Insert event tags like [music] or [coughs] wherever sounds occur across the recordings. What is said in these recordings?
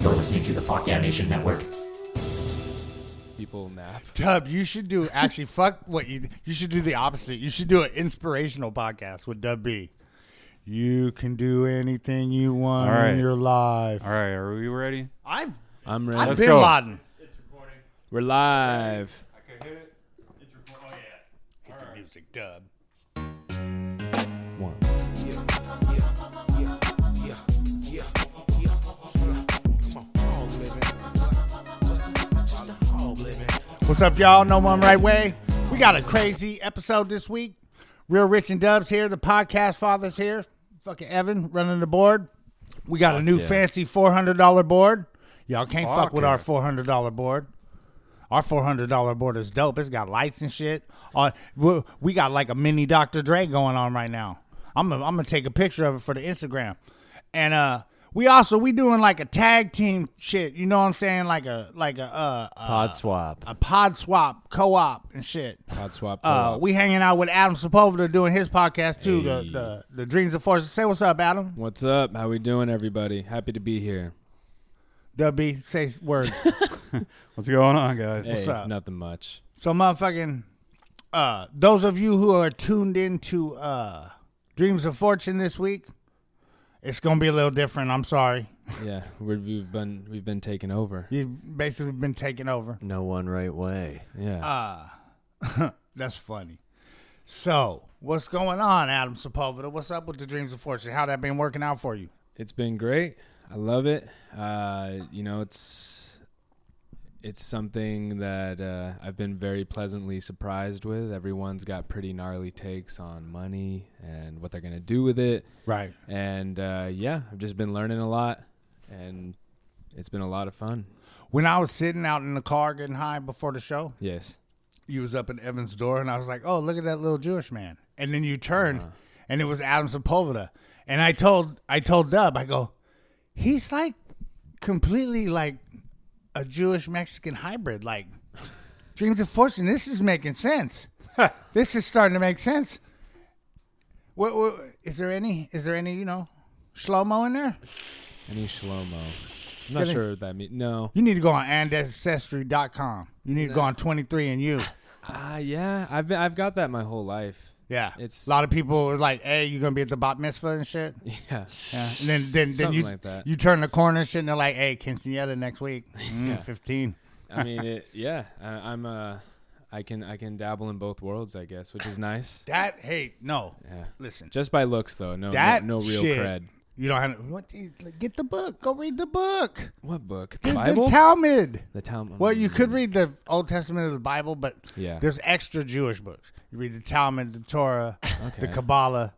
You're listening to the Fuck Yeah Nation Network. People nap. Dub, you should do actually fuck what you you should do the opposite. You should do an inspirational podcast with Dub B. You can do anything you want All right. in your life. All right, are we ready? I've I'm ready. I've Let's been go. modding. We're live. Hit the music, Dub. One. What's up, y'all? No one right way. We got a crazy episode this week. Real Rich and Dubs here. The podcast fathers here. Fucking Evan running the board. We got a new yeah. fancy four hundred dollar board. Y'all can't fuck Fuck with yeah. our four hundred dollar board. Our four hundred dollar board is dope. It's got lights and shit. Uh, we- we got like a mini Dr. Dre going on right now. I'm gonna, I'm gonna take a picture of it for the Instagram. And uh, we also we doing like a tag team shit. You know what I'm saying? Like a like a uh, uh, Pod swap. a pod swap co-op and shit. Pod swap. Uh, we hanging out with Adam Sepulveda doing his podcast too. The, the the dreams of forces. Say what's up, Adam. What's up? How we doing, everybody? Happy to be here. WB, say words. What's going on, guys? Hey, up? Nothing much. so motherfucking. Uh, those of you who are tuned into uh, Dreams of Fortune this week, it's gonna be a little different. I'm sorry, Yeah, we're, we've been we've been taken over. you've basically been taken over. No one right way. Yeah. Uh, That's funny. So what's going on, Adam Sepulveda? What's up with the Dreams of Fortune? How that been working out for you? it's been great. I love it. Uh, you know, it's it's something that uh, I've been very pleasantly surprised with. Everyone's got pretty gnarly takes on money and what they're gonna do with it. Right. And uh, yeah, I've just been learning a lot, and it's been a lot of fun. When I was sitting out in the car getting high before the show, Yes. you was up in Evan's door, and I was like, "Oh, look at that little Jewish man." And then you turned, and it was Adam Sepulveda. And I told I told Dub, I go, he's like completely like a Jewish Mexican hybrid. Like Dreams of Fortune, this is making sense. this is starting to make sense. What, what is there any? Is there any you know? Shlomo in there? Any shlomo? I'm not Really? sure what that means. No. You need to go on ancestry.com. You need to go on 23 and you. Ah, yeah. I've been, I've got that my whole life. [laughs] Yeah, It's- a lot of people were like, "Hey, you gonna be at the bat mitzvah and shit." [laughs] Yeah, Yeah. and then then, then Something you like that. you turn the corner and shit, and they're like, "Hey, quinceanera next week, [laughs] Mm, fifteen. I mean, it, yeah. I, I'm uh, I can I can dabble in both worlds, I guess, which is nice. That hey, no, Yeah. listen, Just by looks, though. No. that no, no real shit, cred. You don't have to, what, do you- like, get the book. Go read the book. What book? The Get Bible. the Talmud. the Talmud. Well, you could read the Old Testament of the Bible, but Yeah. there's extra Jewish books. You read the Talmud, the Torah, the Okay. Kabbalah,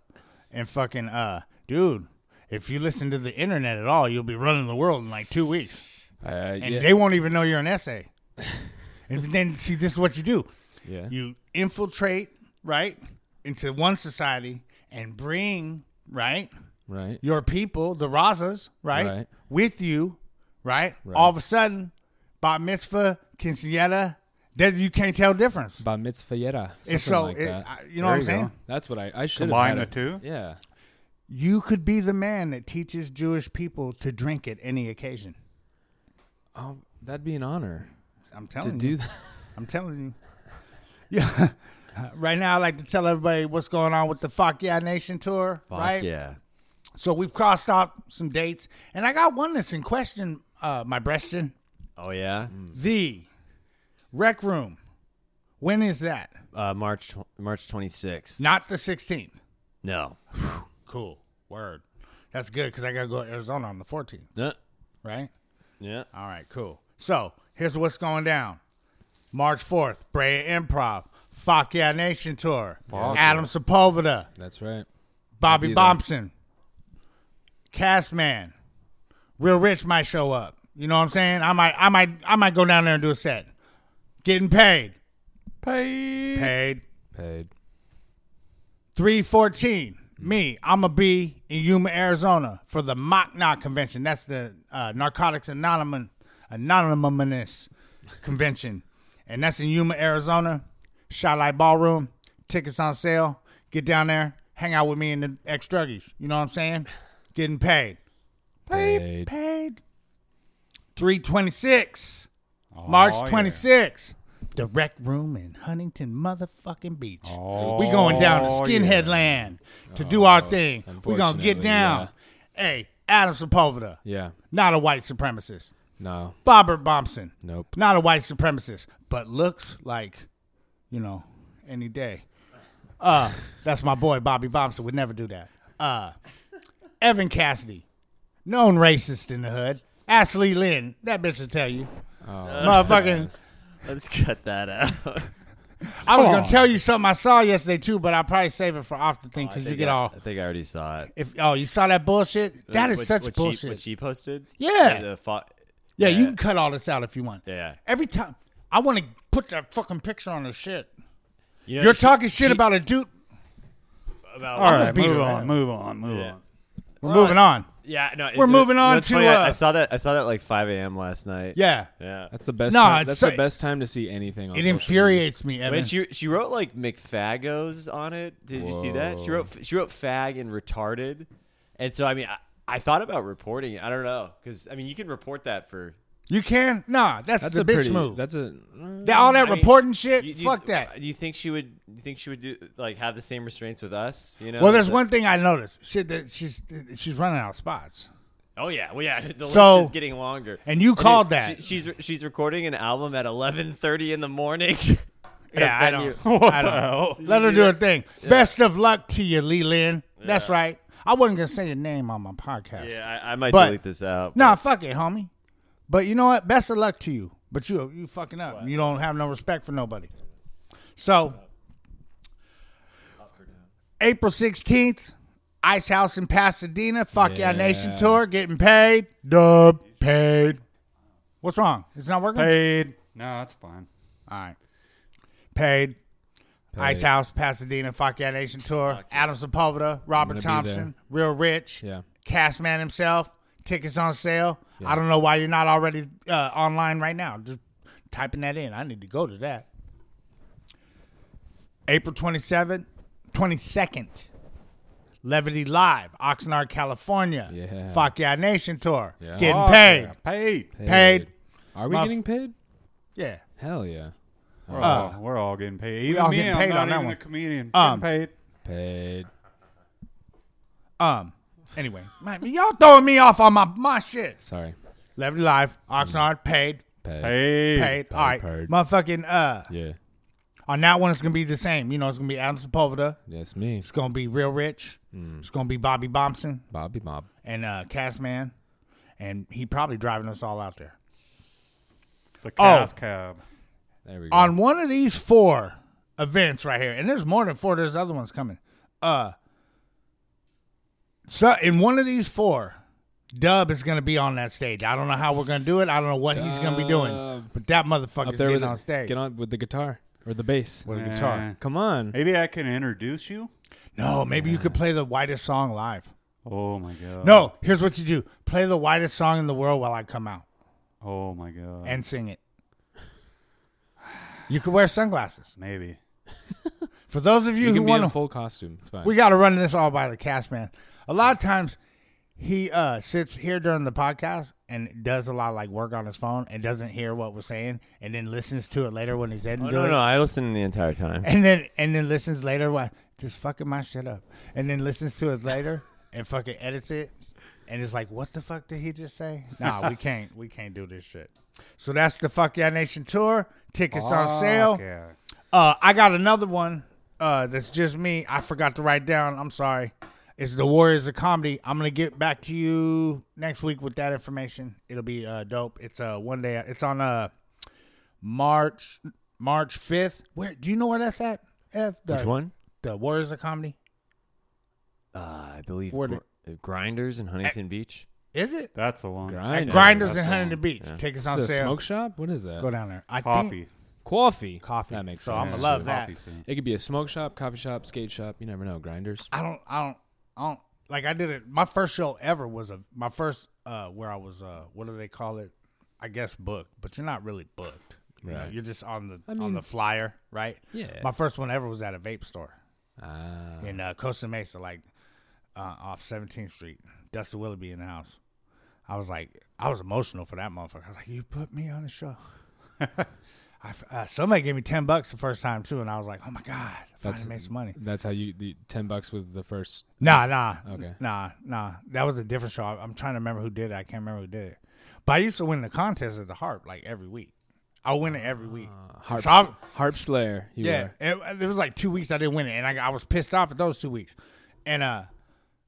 and fucking uh, dude. If you listen to the internet at all, you'll be running the world in like two weeks, Uh, and yeah. they won't even know you're an essay. [laughs] and then see, this is what you do: yeah. you infiltrate right into one society and bring right right. your people, the Razas, right, Right. with you, right? All of a sudden, bat mitzvah, quinceanera, that you can't tell difference. Bar mitzvah. And so, like it- that. I- you know what I'm you saying? go. That's what I I should Combine have the had a- two. Yeah. You could be the man that teaches Jewish people to drink at any occasion. Oh, that'd be an honor I'm to telling you. do that. I'm telling you. [laughs] Yeah. right now, I like to tell everybody what's going on with the Fuck Yeah Nation tour. Fuck right? yeah. So we've crossed off some dates, and I got one that's in question. Uh, my Breston. Oh yeah. The Rec Room. When is that? Uh, March tw- March 26th. Not the 16th. No. [sighs] Cool. Word. That's good because I got to go to Arizona on the 14th, No. right? Yeah. All right, cool. So here's what's going down March 4th, Brea Improv, Fuck Yeah Nation Tour, Adam Sepulveda, [laughs] That's right. Bobby I'll be there. Bompson, Castman, Real Rich might show up. You know what I'm saying? I might, I might, I might go down there and do a set. Getting paid, Pay. paid. Paid. 314. Me, I'm going to be in Yuma, Arizona for the Mock Knock Convention. That's the uh, Narcotics Anonymous, Anonymous Convention. And that's in Yuma, Arizona. Shylight Ballroom. Tickets on sale. Get down there. Hang out with me and the ex druggies. You know what I'm saying? Getting paid. Paid. Paid. 326. March Oh, yeah. 26th. The Rec Room in Huntington motherfucking Beach. Oh, we going down to yeah. Skinhead Land to do our thing. we going to get unfortunately, down. Hey, Adam Sepulveda, Yeah. not a white supremacist. No. Bobbert Bompson, Nope. not a white supremacist, but looks like, you know, any day. Uh, that's my boy Bobby Bompson would never do that. Uh, Evan Cassidy, known racist in the hood. Ashley Lynn, that bitch will tell you. Motherfucking, Let's cut [laughs] that out. I was Come gonna on. tell you something I saw yesterday too, but I'll probably save it for off the thing I because you think get I- all. I think I already saw it. If oh, you saw that bullshit, that is What- such what she- bullshit. what she posted? Yeah. The fo- yeah, you can cut all this out if you want. Yeah. Every time I want to put that fucking picture on her shit. You know, You're she- talking shit she- about a dude. about- All right, beat move her on, ass. move on, move Yeah. on. We're moving on. Yeah, no. it- We're it- moving no, on it's to, funny, I, uh, I saw that. I saw that like 5 a.m. last night. Yeah. Yeah. That's the best. No, time, it's that's so- the best time to see anything. On It social infuriates me, Evan. When she she wrote like McFagos on it. Did you see that? She wrote she wrote fag and retarded, and so I mean I, I thought about reporting it. I don't know because I mean you can report that for you can? Nah, that's, That's the a bitch pretty. move. That's a. That- all that I mean, reporting shit, you- you- fuck that. Do you think she would? You think she would do like have the same restraints with us? You know. well, there's The- one thing I noticed. Shit, that she's she's running out of spots. Oh yeah, well yeah. [laughs] The So- list is getting longer. and you dude, called that. she- she's she's recording an album at 11:30 in the morning. [laughs] Yeah, I venue. don't. [laughs] I don't. Let her do her thing. Best of luck to you, Lee Lin. That's right. I wasn't gonna say your name on my podcast. yeah, I, I might But- delete this out. Nah, fuck it, homie. But you know what? Best of luck to you. But you you fucking up. You don't have no respect for nobody. So April 16th, Ice House in Pasadena, fuck yeah. Yeah. nation tour, getting paid. Dub paid. What's wrong? It's not working? Paid. No, that's fine. All right. Paid. Ice Paid. House, Pasadena, Fuck Yeah Nation Tour, Adam Sepulveda, Robert be Thompson, Real Rich, Yeah. Cashman himself, tickets on sale. I don't know why you're not already uh, online right now. Just typing that in. I need to go to that. April 27th, 22nd, Levity Live, Oxnard, California, Yeah. Fuck Yeah Nation Tour, Yeah. Oh, getting Fuck paid. yeah, Paid. Paid. uh, Are we My- getting paid? Yeah. Hell yeah. We're, all, we're all getting paid. Even Uh, all me, getting I'm paid not on that even one. a comedian. Um, getting paid. Paid. Um. Anyway, man, y'all throwing me off on my my shit. Sorry. Levity Live, Oxnard, paid, Paid. Paid. paid. All right, paid. motherfucking. Uh, Yeah. on that one, it's gonna be the same. You know, it's gonna be Adam Sepulveda. That's me. It's gonna be Real Rich. It's gonna be Bobby Bompson Bobby Bob. and uh, Cashman, and he probably driving us all out there. The Oh. Cavs cab. There we go. On one of these four events right here, and there's more than four. There's other ones coming. Uh, so in one of these four, Dub is gonna be on that stage. I don't know how we're gonna do it. I don't know what he's gonna be doing, Dub. but that motherfucker's Up there getting with on the- stage. Get on with the guitar or the bass. with a guitar. Eh. Come on. Maybe I can introduce you. No, maybe you could play the whitest song live. Oh my Uh. god. No, here's what you do: play the whitest song in the world while I come out Oh my Uh. god. and sing it. [sighs] You could wear sunglasses. maybe. For those of You you, who can be want in to, full costume. It's fine. we got to run this all by the cast man. A lot of times, he uh, sits here during the podcast and does a lot of like work on his phone and doesn't hear what we're saying, and then listens to it later when he's editing. Oh, no, no, I listened the entire time. and then and then listens later what just fucking my shit up and then listens to it later and fucking edits it and it's like what the fuck did he just say [laughs] nah we can't we can't do this shit so that's the fuck yeah nation tour tickets on Oh, sale Fuck yeah. uh i got another one uh that's just me i forgot to write down i'm sorry it's the warriors of comedy i'm gonna get back to you next week with that information it'll be uh dope it's uh one day it's on uh march march 5th where do you know where that's at F the, Which one? the Warriors of Comedy. Uh, I believe Where Gr- uh, Grinders in Huntington Beach. Is it? That's the one. Grinders. Grinders in That's- Huntington Beach. Take us on Is it a sale. smoke shop? What is Go that? down there. I Coffee. Think Coffee. coffee. That makes so sense. I'm gonna love that. Coffee thing. It could be a smoke shop, coffee shop, skate shop. You never know. Grinders. I don't. I don't. I don't. Like I did it. My first show ever was a my first uh where I was uh what do they call it? I guess booked, but you're not really booked. You know, Right. you're just on the I on mean- the flyer, right? Yeah. My first one ever was at a vape store Ah. in uh, Costa Mesa, like uh, off 17th Street. Dustin Willoughby in the house. I was like, I was emotional for that motherfucker. I was like, you put me on the show. [laughs] I f uh, somebody gave me ten bucks the first time too, and I was like, oh my god, I That's- finally made some money. That's how you. The ten bucks was the first. Nah, nah, Okay. nah, nah. That was a different show. I- I'm trying to remember who did it. I can't remember who did it. But I used to win the contest at the harp like every week. I win it every week. Ah, Harp, So I'm- harp Slayer. You yeah, were. it, it was like two weeks I didn't win it, and I, I was pissed off at those two weeks, and uh,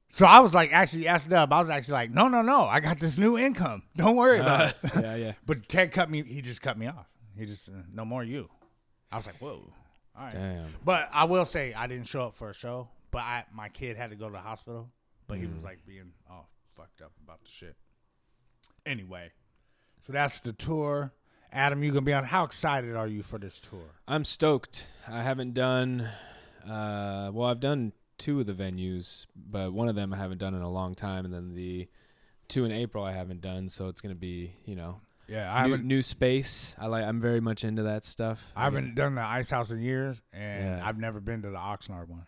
so I was like actually asked Dub. I was actually like, no, no, no, I got this new income. Don't [laughs] worry about it. yeah, yeah. But Ted cut me. He just cut me off. He just uh, no more you. I was like, whoa. All right. Damn. But I will say I didn't show up for a show. But I, my kid had to go to the hospital. But he Mm. was like being all fucked up about the shit. Anyway, so that's the tour. Adam, you gonna be on? How excited are you for this tour? I'm stoked. I haven't done. Uh, well, I've done two of the venues, but one of them I haven't done in a long time, and then the two in April I haven't done. So it's gonna be, you know, Yeah, I new, haven't. new space. I like. I'm very much into that stuff. I haven't done the Ice House in years, and Yeah. I've never been to the Oxnard one.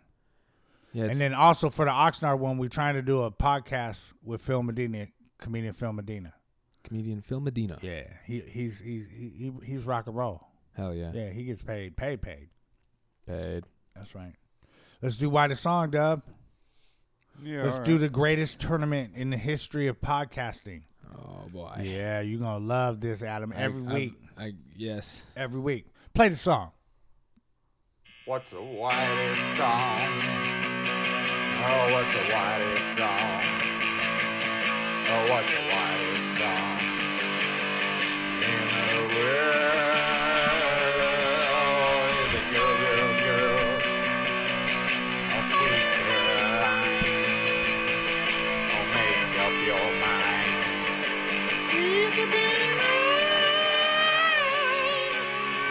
Yeah. It's, and then also for the Oxnard one, we're trying to do a podcast with Phil Medina, comedian Phil Medina. comedian Phil Medina. Yeah, he he's he's he, he- he's rock and roll. Hell yeah. Yeah, he gets paid, paid, paid. Paid. That's right. Let's do why the song, Dub. Yeah, Let's do the greatest tournament in the history of podcasting. Oh boy. yeah, you're gonna love this, Adam. I- Every I- week, I, yes. every week. Play the song. What's the whitest song? Oh, what's the whitest song? Oh, what's the whitest song? In the world is a girl, girl, girl. A sweet Caroline. Oh, make up your mind. You could be mine.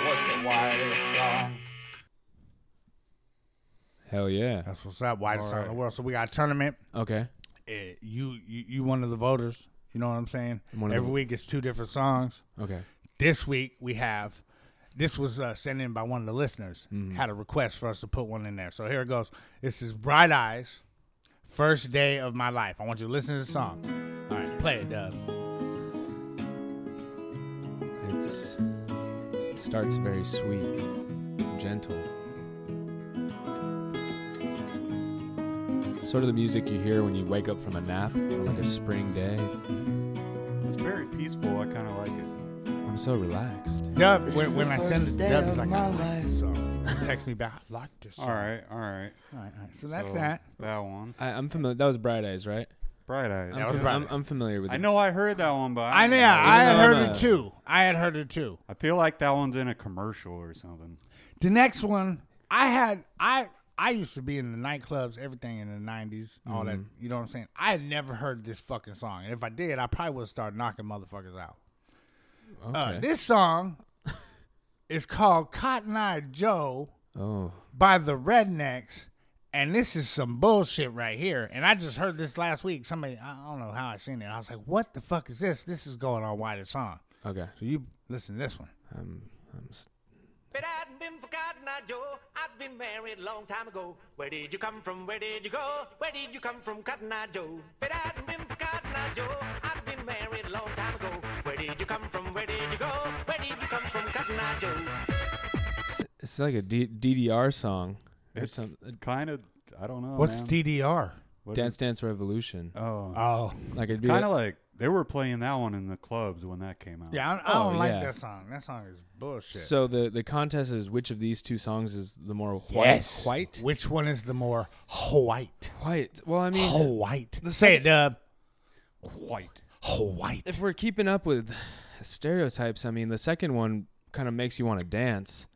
What's the whitest song? Hell yeah. That's what's up. Why the song in the world. So we got a tournament. Okay. Eh, you, you you one of the voters. You know what I'm saying? one of Every the- week it's two different songs. Okay. this week we have this was uh, sent in by one of the listeners Mm-hmm. had a request for us to put one in there so here it goes this is bright eyes first day of my life i want you to listen to the song all right play it Dub. It's it starts very sweet, gentle. Sort of the music you hear when you wake up from a nap on like a spring day. It's very peaceful. I kind of like it. I'm so relaxed. dub when, when i send it to dub he's like i like this song text me back I like this song. All right, all right. all right, all right. so that's So, that That one. I, I'm familiar. That was Bright Eyes, right? Bright eyes. I'm, was fam- Bright I'm, Eyes. I'm familiar with. I it. know I heard that one, but i don't know i had Even though heard I'm it a- too i had heard it too I feel like that one's in a commercial or something. The next one, I had I I used to be in the nightclubs, everything in the nineties, all that. You know what I'm saying? I had never heard this fucking song, and if I did, I probably would start knocking motherfuckers out. Uh, Okay. this song [laughs] is called "Cotton Eye Joe" oh, by the Rednecks, and this is some bullshit right here. And I just heard this last week. Somebody I don't know how I seen it. I was like, "What the fuck is this? This is going on why this song." okay. So you listen to this one. I'm, I'm s- But I'd been forgotten, I Joe. I'd been married a long time ago. Where did you come from? Where did you go? Where did you come from, Cotton Eye Joe? But I'd been forgotten, I Joe. I'd been married a long time ago. Where did you come from? Where did you go? Where did you come from, Cotton Eye Joe? it's like a D- DDR song or It's something. kind of. I don't know. uh, What's Oh, man. DDR? What Dance is- Dance Revolution. Oh, Oh, like it'd be kind a- of like they were playing that one in the clubs when that came out. Yeah, I, I don't Oh, like yeah. that song. That song is bullshit. So the the contest is which of these two songs is the more white? White. Which one is the more white? White. Well, I mean, White. Say it, Dub. White. White. if we're keeping up with stereotypes, I mean, the second one kind of makes you want to dance,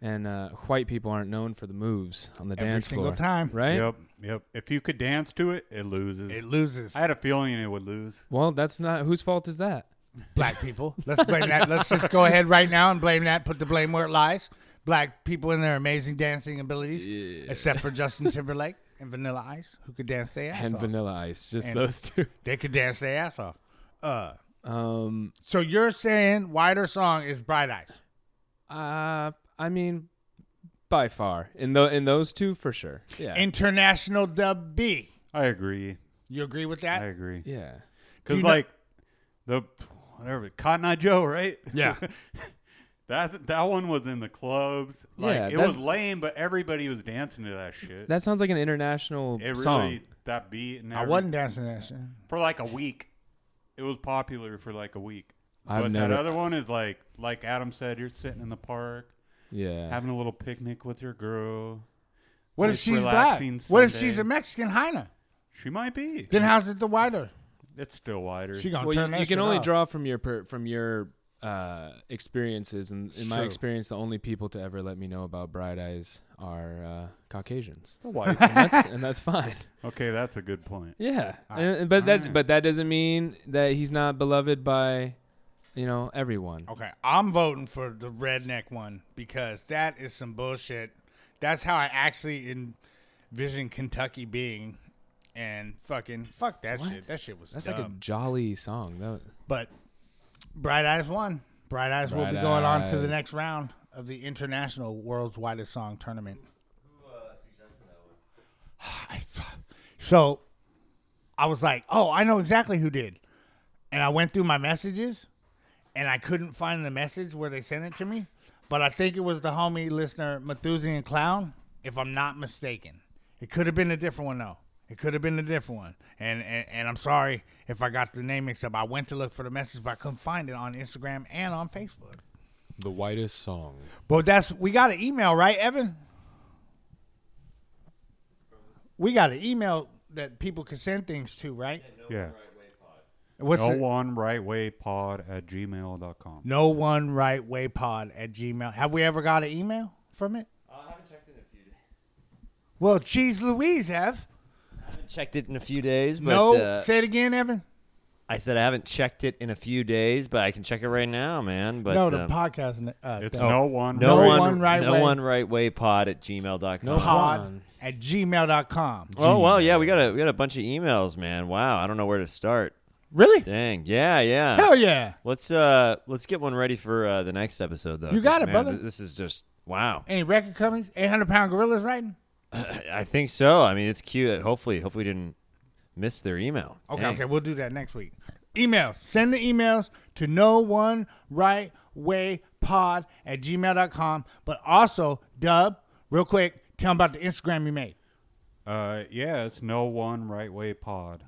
and uh, white people aren't known for the moves on the Every dance single floor, time. right? Yep, yep. If you could dance to it, it loses. It loses I had a feeling it would lose. Well, that's not whose fault is that. black people. Let's blame that. Let's just go ahead right now and blame that. Put the blame where it lies. Black people and their amazing dancing abilities, except for Justin Timberlake and Vanilla Ice, who could dance their ass And off. Vanilla Ice, just And- those two. they could dance their ass off. Uh, [laughs] Um, so you're saying wider song is Bright Eyes? uh, I mean, by far in the in those two for sure. Yeah. International Dub B. I agree. You agree with I that? agree. yeah. Because you know- like the whatever Cotton Eye Joe, right? Yeah. [laughs] that that one was in the clubs. Like Yeah, it was that's- lame, but everybody was dancing to that shit. That sounds like an international it really song. that beat [laughs] and I every- wasn't dancing that shit. for like a week. It was popular for like a week. I've but never- that other one is like like Adam said, you're sitting in the park Yeah. having a little picnic with your girl. What if It's she's black? relaxing What if Sunday. she's a Mexican hyena? She might be. Then how's it the whiter? It's still wider. She gonna well, turn you, that you can shit only off. draw from your per, from your uh, experiences, and in my True. experience, the only people to ever let me know about bright eyes are uh, Caucasians, White. and that's and that's [laughs] fine. okay, that's a good point. Yeah, And- and- but that but that doesn't mean that he's not beloved by, you know, everyone. Okay, I'm voting for the redneck one because that is some bullshit. That's how I actually envision Kentucky being, and fucking fuck that shit. That shit was That's dumb. like a jolly song. That was- but Bright Eyes won. Bright Eyes will be Bright going on to the Eyes. next round of the International World's Widest Song Tournament. [sighs] I f- So I was like, oh, I know exactly who did. And I went through my messages and I couldn't find the message where they sent it to me. But I think it was the homie listener Methusian Clown, if I'm not mistaken. It could have been a different one though. It could have been a different one. And, and and I'm sorry if I got the name mixed up. I went to look for the message, but I couldn't find it on Instagram and on Facebook. the whitest song. But that's we got an email, right, Evan? We got an email that people can send things to, right? Yeah. What's No it? one right way pod at gmail.com. no one right way pod at gmail. Have we ever got an email from it? Uh, I haven't checked it in a few days. Well, Cheese Louise have. haven't checked it in a few days, but no, uh, say it again, Evan. I said I haven't checked it in a few days, but I can check it right now, man. But no, the um, podcast. Uh, It's the no one no, right one, one right no way. one right way pod at gmail.com. No pod one. at gmail.com. Oh well, yeah, we got a we got a bunch of emails, man. Wow, I don't know where to start. Really? Dang, yeah, yeah. Hell yeah. Let's uh let's get one ready for uh, the next episode though. You got 'cause, it, man, brother. th- This is just wow. Any record companies? 800 pound gorillas writing? I- I think so. I mean, it's cute. Hopefully, hopefully we didn't miss their email. Okay, Dang. okay, we'll do that next week. Emails. Send the emails to no one right way pod at gmail.com. But also, Dub, real quick, tell them about the Instagram you made. Uh, yeah, it's no one right [laughs] way pod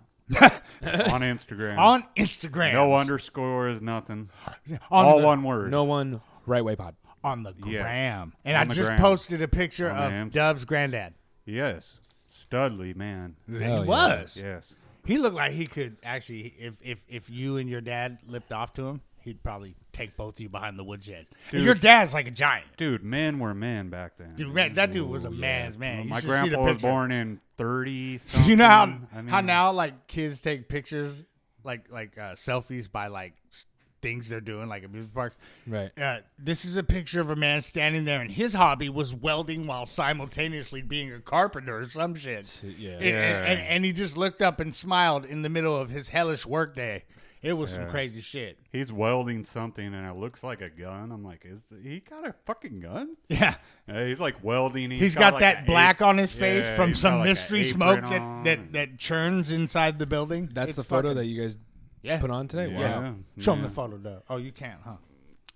on Instagram. On Instagram. no underscore is nothing. [laughs] on All the, one word. No one right way pod. on the Yes. gram. And On I the just gram. posted a picture On of the Amps. Dub's granddad. Yes. Studley, man. Hell yeah. he was. Yes. He looked like he could actually if if if you and your dad lipped off to him, he'd probably take both of you behind the woodshed. And Dude. Your dad's like a giant. Dude, men were men back then. Dude, man, that dude was a man's man. You My should see the grandpa was picture. [laughs] born in 30 So you know how, something. I mean, how now like kids take pictures like like uh, selfies by like s- things they're doing like amusement parks. Right. Uh, this is a picture of a man standing there, and his hobby was welding while simultaneously being a carpenter or some shit. yeah. And, and, and- and he just looked up and smiled in the middle of his hellish workday. It was some crazy shit. [laughs] He's welding something and it looks like a gun. I'm like, is he got a fucking gun? Yeah, Uh, he's like welding. he's got, got, like, that an black ap- on his face Yeah, from he's some got, like, an mystery apron smoke on. that, that that churns inside the building. That's It's the photo fucking- that you guys Yeah. put on today. Yeah. Wow. Show him yeah. the photo, though. Oh, you can't, huh?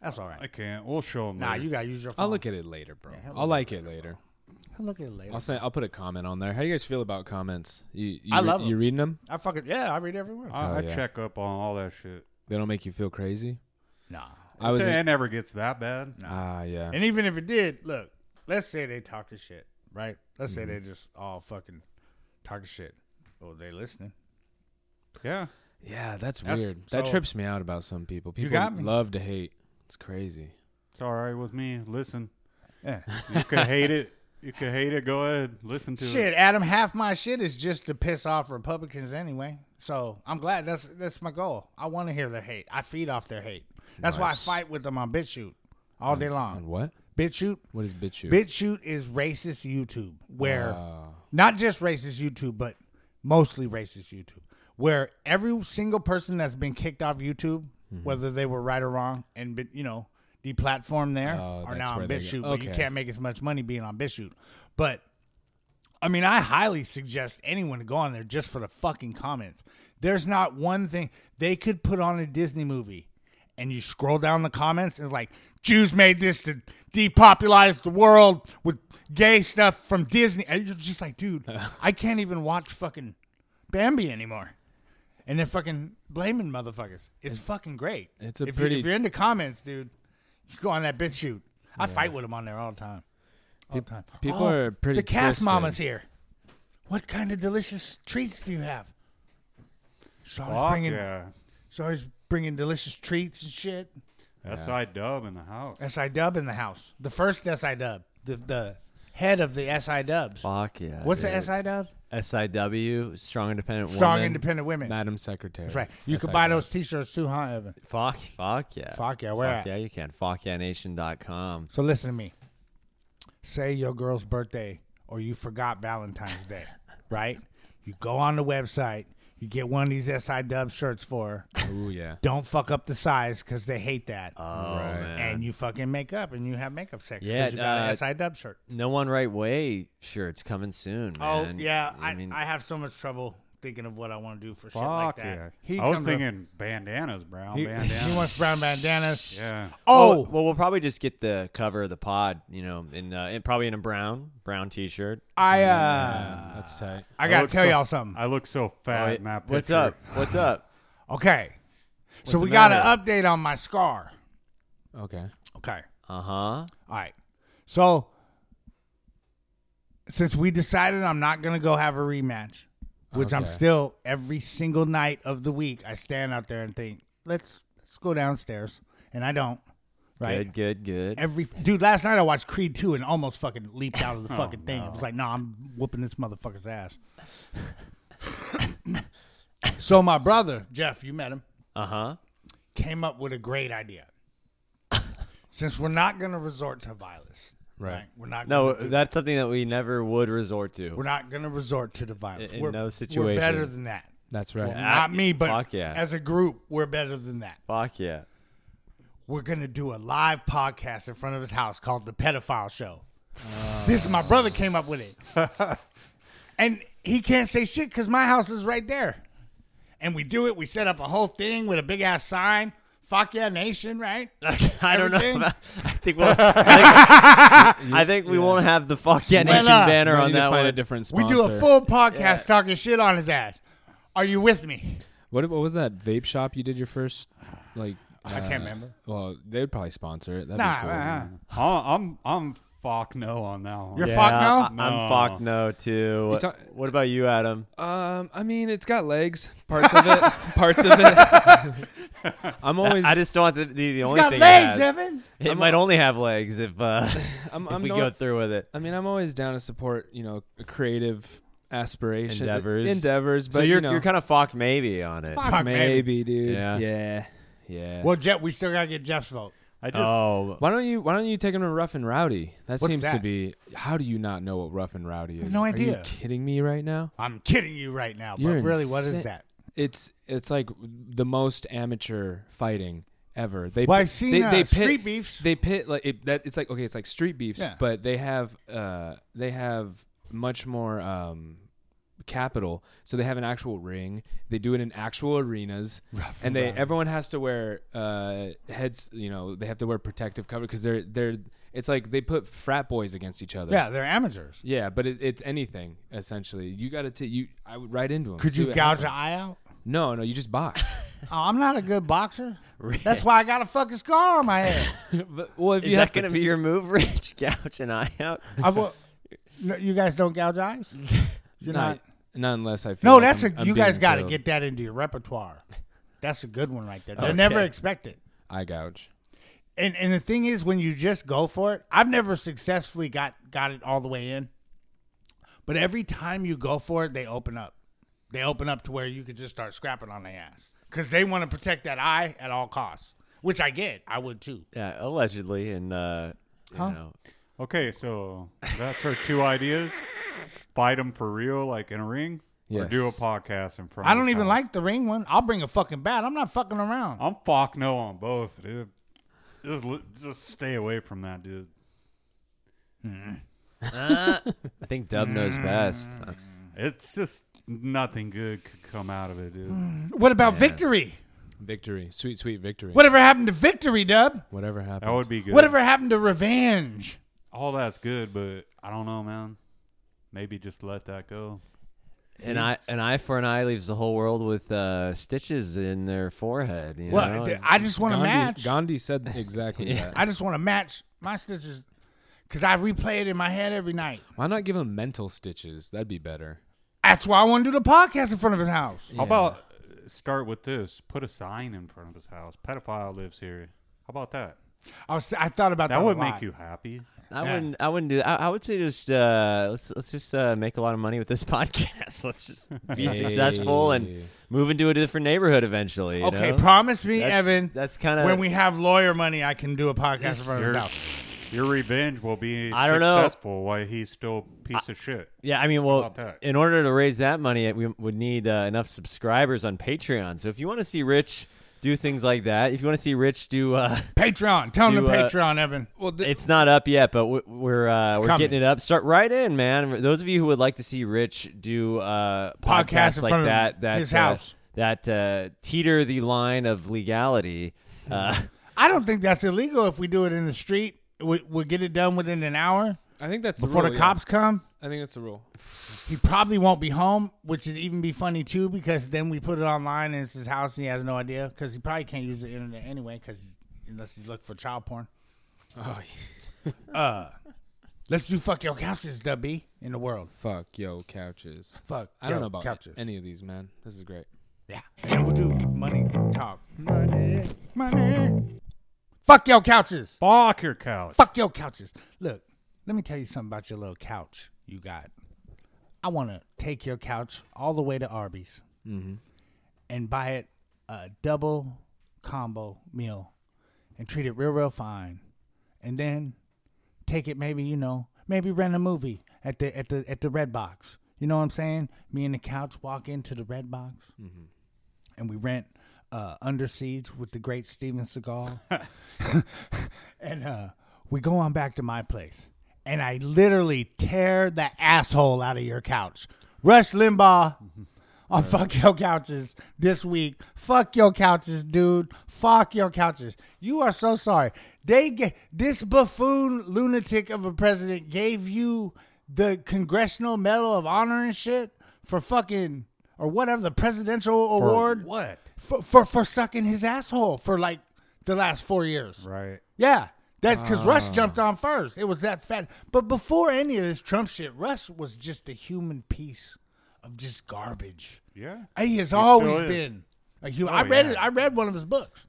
That's all right. I can't. We'll show him. nah, later. you gotta use your phone. I'll look at it later, bro. I'll like it later. I'll look at it later. I'll say I'll put a comment on there. How do you guys feel about comments? You, you I love 'em. you reading them. I fucking yeah, I read every word. I, Oh, I yeah. check up on all that shit. They don't make you feel crazy. nah. I was it never gets that bad. ah yeah. And even if it did, look, let's say they talking shit, right? Let's say Mm-hmm. they just all fucking talking shit. Oh, they listening. Yeah. Yeah, that's That's- weird. that so- trips me out about some people. People got me. love to hate. It's crazy. It's all right with me. Listen. Yeah. You [laughs] could hate it. You could hate it. Go ahead. Listen to Shit, it. Adam, half my shit is just to piss off Republicans anyway. So I'm glad that's that's my goal. I want to hear their hate. I feed off their hate. That's why I Nice. fight with them on BitChute all day On long. what? BitChute What is bitch you? BitChute is racist YouTube, where Wow. not just racist YouTube, but mostly racist YouTube, where every single person that's been kicked off YouTube, Mm-hmm. whether they were right or wrong, and been, you know deplatformed there, Oh, are that's now on where they go. BitChute, but you Okay. can't make as much money being on BitChute. But I mean, I highly suggest anyone to go on there just for the fucking comments. There's not one thing they could put on a Disney movie, and you scroll down the comments and it's like Jews made this to depopulize the world with gay stuff from Disney, and you're just [laughs] like, dude, I can't even watch fucking Bambi anymore. And they're fucking blaming motherfuckers. It's fucking great. it's a if pretty- You, if you're into comments, dude, you go on that bitch shoot. I fight with them on there all the time. All the time. people Oh, are pretty The cast twisted. mama's here. What kind of delicious treats do you have? She's always Fuck bringing, yeah. she's always bringing delicious treats and shit. SI Dub in the house. SI Dub in the house. The first SI Dub. The the head of the SI Dubs. Fuck yeah. What's dude. the SI Dub? SIW, Strong Independent Strong Woman. Independent Women. Madam Secretary. That's right. You Yes, can I buy know. those t-shirts too, huh, Evan? Fuck, fuck yeah. Fuck yeah, where at? Fuck yeah, you can. Fuckyeahnation.com. So listen to me. Say your girl's birthday or you forgot Valentine's [laughs] Day, right? You go on the website, you get one of these SI Dub shirts for her. Ooh yeah. Don't fuck up the size because they hate that. Oh, Right. man. and you fucking make up and you have makeup sex. 'cause Yeah, you got uh, an SI Dub shirt. No One Right Way shirts coming soon, man. oh yeah, I, I mean, I have so much trouble thinking of what I want to do for shit like Fuck that. yeah. He I was comes up- thinking bandanas, brown he, bandanas. he wants brown bandanas. yeah. Oh, Oh, well, we'll probably just get the cover of the pod, you know, in uh, in, probably in a brown brown T-shirt. I uh, That's tight. I gotta look tell so- y'all something. I look so fat in that picture. what's up? [sighs] What's up? Okay, so the we got an matter? update on my scar. Okay. Okay, Uh huh. all right. So since we decided I'm not gonna go have a rematch, which I'm Okay. still every single night of the week, I stand out there and think, let's let's go downstairs, and I don't. Right. Good, good, good. Every dude, last night I watched Creed two and almost fucking leaped out [laughs] of Oh, the fucking thing. I was like, "No, I'm whooping this motherfucker's ass." [laughs] so my brother Jeff, you met him, Uh huh. came up with a great idea. Since we're not going to resort to violence, right? We're not. No, gonna do- that's something that we never would resort we're to. not going to resort to the violence. In- in we're, no We're situation. Ah, better than that. That's right. not me, but fuck yeah. as a group, we're better than that. [laughs] Fuck yeah. we're gonna do a live podcast in front of his house called the Pedophile Show. Uh. This is my brother came up with it, [laughs] and he can't say shit because my house is right there. And we do it. We set up a whole thing with a big ass sign, "Fuck Yeah Nation," right? [laughs] I don't know. Everything? [laughs] About, I think we'll. I think, I think we won't have the fuck yeah Why nation not? banner We on need to that find one. a different We sponsor. do a full podcast talking shit on his ass. Are you with me? What what was that vape shop you did your first [sighs] like? I can't remember. Well, they'd probably sponsor it. Uh, That'd Nah, be cool. uh-uh. Huh, I'm I'm fuck no on that one. you're Yeah, fuck no. I- I'm fuck no too. You talk- what about you, Adam? Um, I mean, it's got legs. Parts of [laughs] it. parts of it. [laughs] I'm always. I just don't want the, the, the only He's got thing legs, it, has. Evan. it might only have legs if uh, [laughs] [laughs] I'm, if I'm we no- go through with it. I mean, I'm always down to support you know creative aspiration Endeavors. endeavors. But so you're you know, you're kind of fucked maybe on it. Fuck, maybe. maybe, dude. Yeah. yeah, yeah. Well, Jeff, we still gotta get Jeff's vote. I just Oh, Why don't you Why don't you take him to Rough and Rowdy? That What's seems to that? be. How do you not know what Rough and Rowdy is? no Are you idea. kidding me right now? I'm kidding you right now, but You're really, what is insane. that? It's it's like the most amateur fighting ever. They Well, pit- I've seen, they, uh, they pit, Street Beefs. They pit like it, that. It's like okay, it's like street beefs, Yeah. but they have uh they have much more um capital. So they have an actual ring. They do it in actual [laughs] arenas, and they everyone has to wear uh heads. You know they have to wear protective cover because they're they're. It's like they put frat boys against each other. Yeah, they're amateurs. Yeah, but it, it's anything essentially. You got to t- you. I would right into him. Could See you what gouge an happens. eye out? No, no, you just [laughs] box. Oh, I'm not a good boxer. That's why I got a fucking scar on [laughs] my head. but, well, if is you have that gonna to be t- your move, [laughs] Rich? Gouge an eye out. I will, no, you guys don't [laughs] gouge eyes. You're not, not. not unless I feel. No, like that's I'm- a. I'm you guys being got to drilled. get that into your repertoire. That's a good one right there. They never expect it. I gouge. And and the thing is, when you just go for it, I've never successfully got got it all the way in. But every time you go for it, they open up. They open up to where you could just start scrapping on their ass because they want to protect that eye at all costs, which I get. I would too. Yeah, allegedly, and uh, you know, Okay, so that's our two ideas. Fight them for real, like in a ring, or do a Yes. podcast in front. I of don't the even camera. like the ring one. I'll bring a fucking bat. I'm not fucking around. I'm fuck no on both, dude. Just, li- just stay away from that, dude. I think Dub knows best. Uh, It's just nothing good could come out of it, dude. What about victory? Victory, sweet, sweet victory. Whatever happened to victory, Dub? Whatever happened. That would be good. Whatever happened to revenge? All that's good, but I don't know, man. Maybe just let that go. An eye, an eye for an eye leaves the whole world with uh, stitches in their forehead. You know? Well, th- It's- I just want a Gandhi, match. Gandhi said exactly that. I just want to match my stitches because I replay it in my head every night. Why not give him mental stitches? That'd be better. That's why I want to do the podcast in front of his house. How about uh, start with this? Put a sign in front of his house. Pedophile lives here. How about that? I was I thought about that. That a would lot. make you happy. I wouldn't. I wouldn't do. I, I would say just uh, let's let's just uh, make a lot of money with this [laughs] podcast. Let's just be successful and Hey. move into a different neighborhood eventually. you Okay, know? promise me, That's- Evan. that's kinda- when we have lawyer money, I can do a podcast in front of his You're- house. Your revenge will be I don't know. successful while he's still a piece of shit. Yeah, I mean, about well, that? in order to raise that money, we would need uh, enough subscribers on Patreon. So if you want to see Rich do things like that, if you want to see Rich do, uh, Patreon, tell him You, to uh, Patreon, Evan. Well, th- it's not up yet, but we- we're uh, we're coming. getting it up. Start right in, man. Those of you who would like to see Rich do uh, Podcast podcasts in like front of that, that his uh, house. that uh, teeter the line of legality. [laughs] Uh, I don't think that's illegal if we do it in the street. We, we'll get it done within an hour I think that's before the, the rule, yeah. cops come. I think that's the rule. He probably won't be home, which would even be funny too, because then we put it online and it's his house and he has no idea because he probably can't use the internet anyway, because unless he's looking for child porn. Oh, Let's do fuck your couches, Dubby, in the world. fuck, yo, couches. Fuck. I don't your know about couches. any of these, man. This is great. yeah, and then we'll do money talk. Money, money. Fuck your couches. Fuck your couch. Fuck your couches. Look, let me tell you something about your little couch you got. I want to take your couch all the way to Arby's and buy it a double combo meal and treat it real, real fine. And then take it maybe, you know, maybe rent a movie at the at the at the Red Box. You know what I'm saying? Me and the couch walk into the Red Box and we rent uh, Under Siege with the great Steven Seagal. and uh, we go on back to my place, and I literally tear the asshole out of your couch. Rush Limbaugh on fuck your couches this week. Fuck your couches, dude. Fuck your couches. You are so sorry. They get this buffoon lunatic of a president gave you the Congressional Medal of Honor and shit for fucking or whatever the presidential award What? for for, for sucking his asshole for like the last four years. Right. Yeah. That's because Ah. Rush jumped on first. It was that fat. But before any of this Trump shit, Rush was just a human piece of just garbage. Yeah. He has always is. Oh, been a human. I read yeah. it. I read one of his books.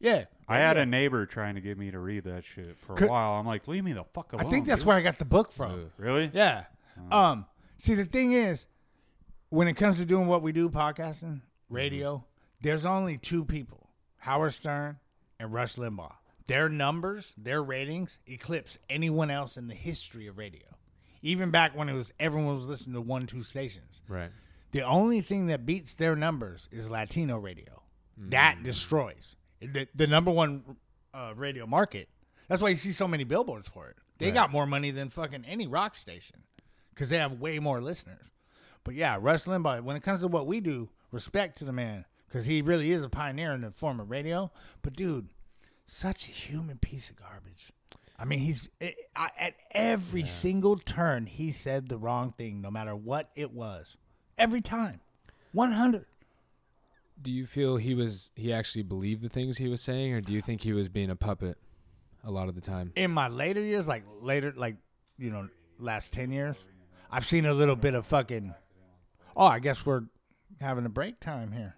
Yeah. I had a neighbor trying to get me to read that shit for a Could- while. I'm like, leave me the fuck I alone. think that's dude. where I got the book from. Really? Yeah. Um. See, the thing is, when it comes to doing what we do, podcasting, radio, there's only two people: Howard Stern and Rush Limbaugh. Their numbers, their ratings, eclipse anyone else in the history of radio. Even back when it was everyone was listening to one, two stations. Right. The only thing that beats their numbers is Latino radio. That destroys the, the number one uh, radio market. That's why you see so many billboards for it. They got more money than fucking any rock station because they have way more listeners. But yeah, Rush Limbaugh, when it comes to what we do, respect to the man because he really is a pioneer in the form of radio. But dude, such a human piece of garbage. I mean, he's it, I, at every single turn he said the wrong thing, no matter what it was. Every time, one hundred. Do you feel he was he actually believed the things he was saying, or do you think he was being a puppet a lot of the time? In my later years, like later, like you know, last ten years, I've seen a little bit of fucking. Oh, I guess we're having a break time here.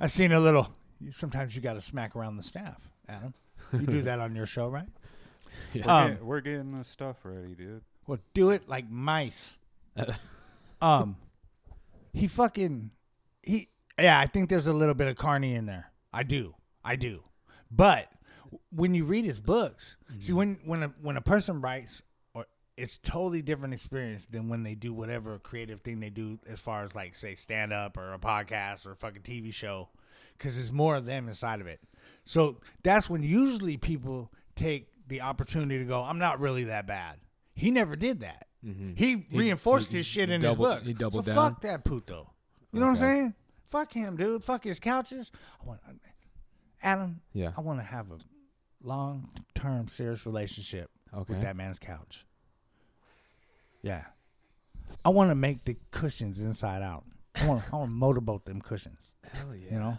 I've seen a little. Sometimes you got to smack around the staff, Adam. You do that on your show, right? We're, um, get- we're getting this stuff ready, dude. Well, do it like mice. um, he fucking he. Yeah, I think there's a little bit of Carney in there. I do, I do. But when you read his books, see when when a, when a person writes, or it's totally different experience than when they do whatever creative thing they do, as far as like say stand up or a podcast or a fucking TV show, because there's more of them inside of it. So that's when usually people take the opportunity to go, I'm not really that bad. He never did that. He reinforced Mm-hmm. he- this shit he in doubled- his books. he doubled so down? Fuck that puto. You know what I'm Okay. saying? Fuck him, dude. Fuck his couches. I want, Adam. Yeah. I want to have a long term serious relationship Okay. with that man's couch. Yeah. I want to make the cushions inside out. I want to I wanna motorboat them cushions. Hell yeah. You know,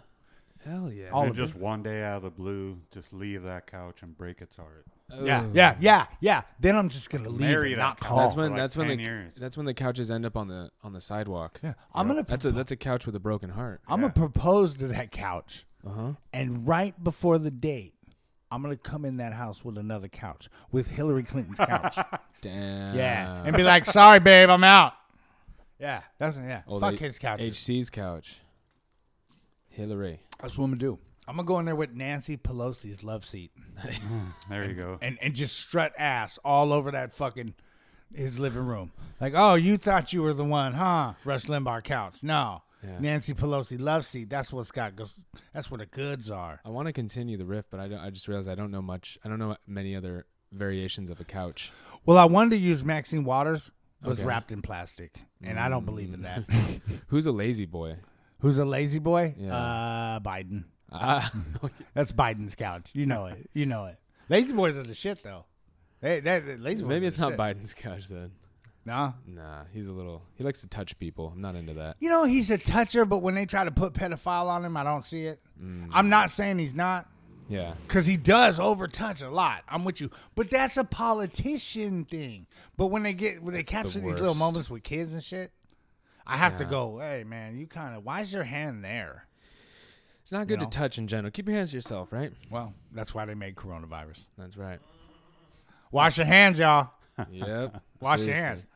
Hell yeah. all And of just it. one day out of the blue, just leave that couch and break its heart. Oh. Yeah, yeah, yeah, yeah. Then I'm just gonna leave Marry and that not couch. call. That's Oh, when for like that's when 10 the years. that's when the couches end up on the on the sidewalk. Yeah, I'm gonna. That's a that's a couch with a broken heart. I'm gonna propose to that couch, Uh huh. and right before the date, I'm gonna come in that house with another couch, with Hillary [laughs] Clinton's couch. Damn. yeah, and be like, "Sorry, babe, I'm out." Yeah, that's yeah. Oh, Fuck they- his couch. HC's couch. Hillary. that's what I'm gonna do. I'm gonna go in there with Nancy Pelosi's love seat There you go. and and just strut ass all over that fucking his living room. Like, oh, you thought you were the one, huh? Rush Limbaugh couch. No, Yeah. Nancy Pelosi love seat. That's what's got. goes- That's where the goods are. I want to continue the riff, but I, don't, I just realized I don't know much. I don't know many other variations of a couch. Well, I wanted to use Maxine Waters was Okay. wrapped in plastic, and I don't believe in that. [laughs] Who's a lazy boy? [laughs] Who's a lazy boy? Yeah. Uh, Biden. [laughs] Ah, That's Biden's couch. You know it. You know it. Lazy boys are the shit though. Hey, that, that- lazy boys maybe are it's not the shit. Biden's couch then. Nah. Nah, he's a little. He likes to touch people. I'm not into [laughs] that. You know he's a toucher, but when they try to put pedophile on him, I don't see it. Mm. I'm not saying he's not. Yeah. Cause he does overtouch a lot. I'm with you, but that's a politician thing. But when they get when they capture these little worst. moments with kids and shit, I have to go. Hey man, you kind of why's your hand there? It's not good know? to touch in general. Keep your hands to yourself, right? Well, that's why they made coronavirus. That's right. [laughs] Wash your hands, y'all. Yep. Wash your Seriously. hands.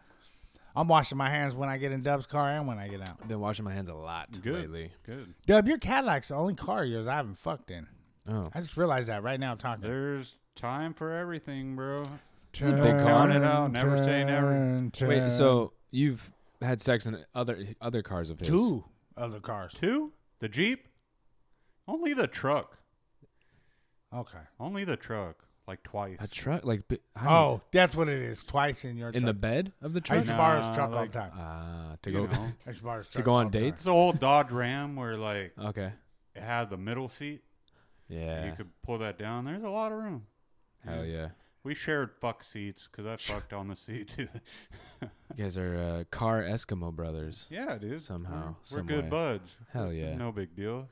I'm washing my hands when I get in Dub's car and when I get out. Been washing my hands a lot Good. lately. Good. Dub, your Cadillac's the only car of yours I haven't fucked in. Oh, I just realized that right now talking. There's time for everything, bro. Turn, a big car. Count it out. Never say never. turn, turn. wait. So you've had sex in other other cars of his? two other cars. Two? The Jeep? Only the truck. Okay. Only the truck. Like twice. A truck? Like bi- I don't- Oh, that's what it is. Twice in your in the truck. bed of the I truck? used to borrow Nah, his truck all like- the time. Ah, to go. you know. I used to borrow his [laughs] to truck go all on the time. dates? It's the old Dodge Ram where like okay. it had the middle seat. Yeah. You could pull that down. There's a lot of room. Hell yeah. We shared fuck seats [laughs] because I fucked on the seat too. [laughs] You guys are uh, car Eskimo brothers. yeah, dude. Somehow, We're, we're some way. good buds. Hell It's yeah. No big deal.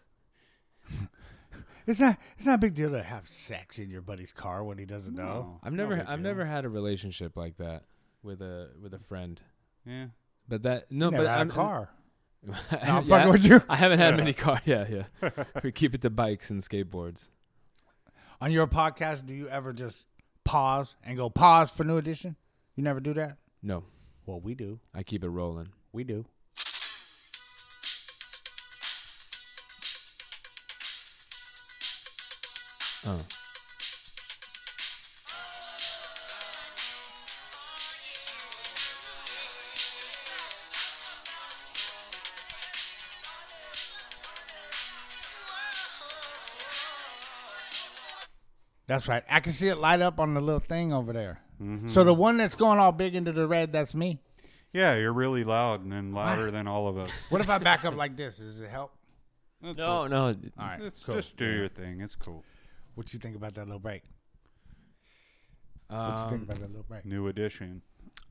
It's not. It's not a big deal to have sex in your buddy's car when he doesn't know. No, I've no never big I've deal. never had a relationship like that with a with a friend. Yeah. But that no, Never but had I'm, [laughs] a car. I'm I'm fucking with you. I haven't had many car. Yeah, yeah. [laughs] we keep it to bikes and skateboards. On your podcast, do you ever just pause and go pause for new edition? You never do that? No, Well, we do. I keep it rolling. We do. Oh. That's right. I can see it light up on the little thing over there. So the one that's going all big into the red, that's me. Yeah, you're really loud and then louder than all of us. What if I back up like this? Does it help? That's [laughs] No, no. All right. it. It's cool. just do your thing. It's cool. What you think about that little break? What you think Um, about that little break? New edition.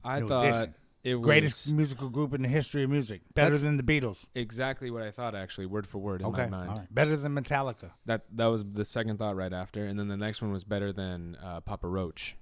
I No, thought listen. it was Greatest musical group in the history of music. Better That's- than the Beatles. exactly what I thought actually, word for word in Okay. my mind. All right. Better than Metallica. That that was the second thought right after, and then the next one was better than uh, Papa [laughs] Roach.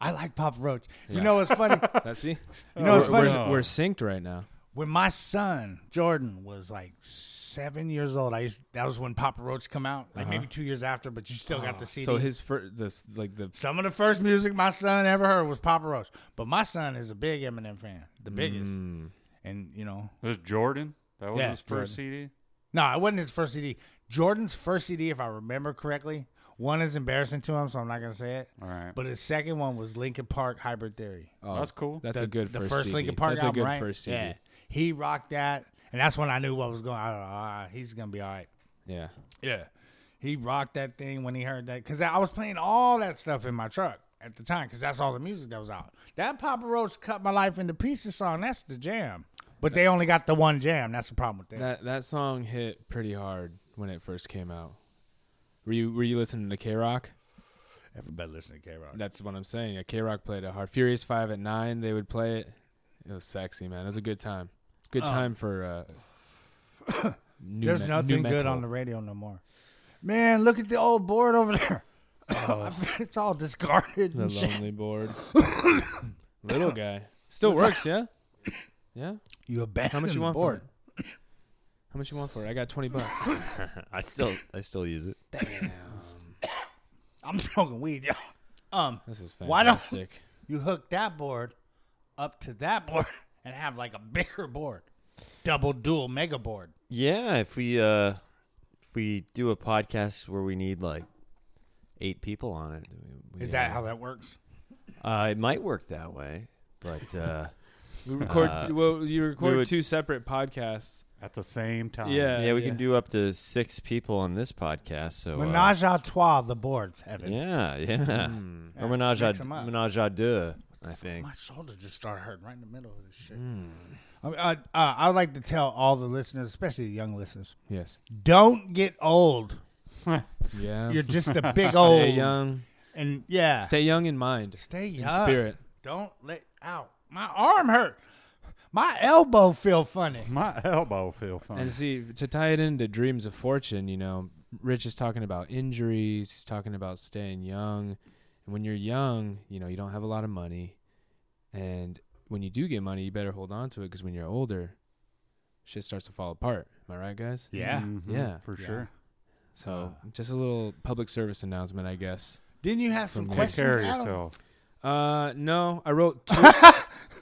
I like Pop Roach. You Yeah. know what's [laughs] funny? That's see. You know what's we're, funny? we're, we're synced right now. when my son Jordan was like seven years old, I used, that was when Papa Roach come out, like maybe two years after, but you still got the CD. Uh-huh. Oh. So his first, this like the some of the first music my son ever heard was Papa Roach, but my son is a big Eminem fan, the biggest, Mm. and you know, This Jordan. That was Yeah, his first CD. no, it wasn't his first CD. Jordan's first CD, if I remember correctly, one is embarrassing to him, so I'm not gonna say it. All right. But his second one was Linkin Park Hybrid Theory. oh, That's cool. That's the, a good the first, first CD. Linkin Park That's album, a good right? first CD. Yeah, he rocked that, and that's when I knew what was going. on. he's gonna be all right. yeah. Yeah, he rocked that thing when he heard that because I was playing all that stuff in my truck at at the time because that's all the music that was out. That Papa Roach cut my life into pieces song. That's the jam. But they only got the one jam. That's the problem with that. That that song hit pretty hard when it first came out. Were you were you listening to K Rock? Everybody listening to K Rock. That's what I'm saying. Yeah, K Rock played it hard. Furious Five at nine, they would play it. It was sexy, man. It was a good time. Good time for uh, [coughs] new There's me- nothing new good metal. on the radio no more. Man, look at the old board over there. [laughs] it's all discarded. Oh. [coughs] The And shit. lonely board. Little guy [coughs] still works, yeah, yeah. You abandoned How much you want the board. for it? How much you want for it? I got twenty bucks. [coughs] I still I still use it. I'm smoking weed, y'all. Um, This is Why don't- fantastic. you hook that board up to that board [laughs] and have like a bigger board, double dual mega board. Yeah, if we uh if we do a podcast where we need like eight people on it, we, we, Is that how that works? Uh, it might work that way, [laughs] but uh, [coughs] We record. Uh, well, you record would- two separate podcasts. At the same time. Yeah, yeah, we can do up to six people on this podcast. So uh, Menage a trois, the boards, Evan. yeah, yeah, or menage mix a 'em up. menage a deux. I think. My shoulder just started hurting right in the middle of this shit. Hmm. I, mean, uh, uh, I would like to tell all the listeners, especially the young listeners, Yes. don't get old. Yeah. [laughs] You're just a big stay old young. and yeah. Stay young in mind. Stay in young. spirit. Don't let out. My arm hurt. My elbow feel funny. My elbow feel funny. And see, to tie it into dreams of fortune, you know, Rich is talking about injuries. He's talking about staying young. And when you're young, you know, you don't have a lot of money. And when you do get money, you better hold on to it because when you're older, shit starts to fall apart. Am I right, guys? Yeah. Mhm, yeah. For sure. So just a little public service announcement, I guess. Didn't you have some Take Take questions? care of Adam? yourself. Uh, no, I [laughs] wrote. Tool,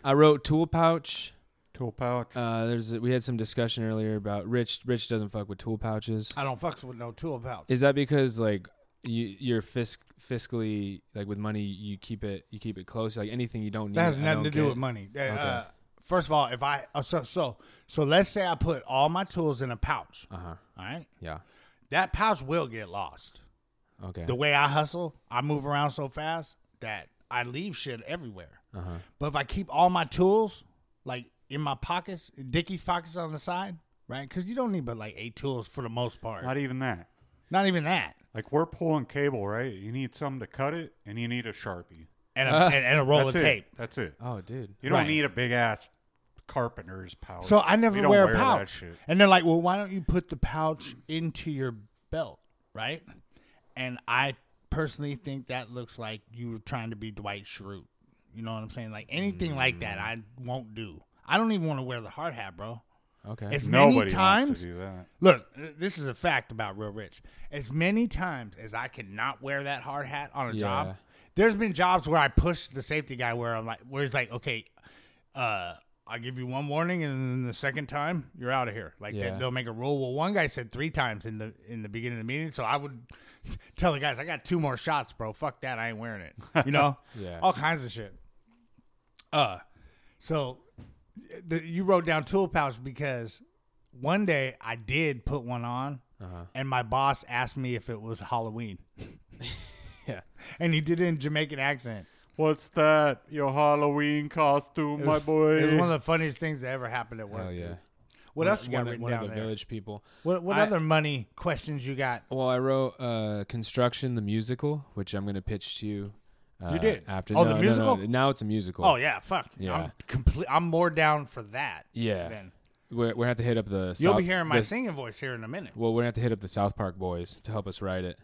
I wrote tool pouch. Tool pouch. Uh, there's we had some discussion earlier about Rich. Rich doesn't fuck with tool pouches. I don't fucks with no tool pouch. Is that because like you, you're fisc fiscally like with money you keep it you keep it close like anything you don't need That has I nothing don't to do get. with money. Uh, uh, first of all, if I uh, so so so let's say I put all my tools in a pouch. Uh-huh. All right. Yeah. That pouch will get lost. Okay. The way I hustle, I move around so fast that I leave shit everywhere. But if I keep all my tools like in my pockets, Dickie's pockets on the side, right? Because you don't need but like eight tools for the most part. Not e- even that. Not even that. Like we're pulling cable, right? You need something to cut it, and you need a sharpie. And a, and, and a roll Uh, That's of it. tape. Uh, That's it. oh, dude. You don't Right. need a big ass carpenter's pouch. So I never You don't wear a wear that pouch. shit. And they're like, well, why don't you put the pouch into your belt, right? And I personally think that looks like you were trying to be Dwight Schrute. You know what I'm saying? Like anything like Mm. that, I won't do. I don't even want to wear the hard hat, bro. Okay. As Nobody many wants times, to do that. look, th- this is a fact about Real Rich. As many times as I cannot wear that hard hat on a Yeah. job, there's been jobs where I push the safety guy where I'm like, where he's like, okay, uh, I give you one warning, and then the second time you're out of here. Like they, Yeah. they'll make a rule. Well, one guy said three times in the in the beginning of the meeting, so I would [laughs] tell the guys, I got two more shots, bro. Fuck that, I ain't wearing it. [laughs] You know, Yeah. all kinds of shit. Uh, so the, you wrote down tool pouch because one day I did put one on, Uh-huh. and my boss asked me if it was Halloween, [laughs] yeah. and he did it in Jamaican accent. What's that? Your Halloween costume, It my was- boy. it was one of the funniest things that ever happened at work. Hell yeah. dude. What else you got one, written one down of the there? village people. What what I- other money questions you got? Well, I wrote uh, construction the musical, which I'm gonna pitch to you. Uh, You did? after no, Oh, the no, no. musical? now it's a musical. Oh yeah, fuck. Yeah. I'm complete. I'm more down for that. Yeah. Then We're, we're gonna have to hit up the. you'll South, be hearing my the- singing voice here in a minute. Well, we're gonna have to hit up the South Park boys to help us write it.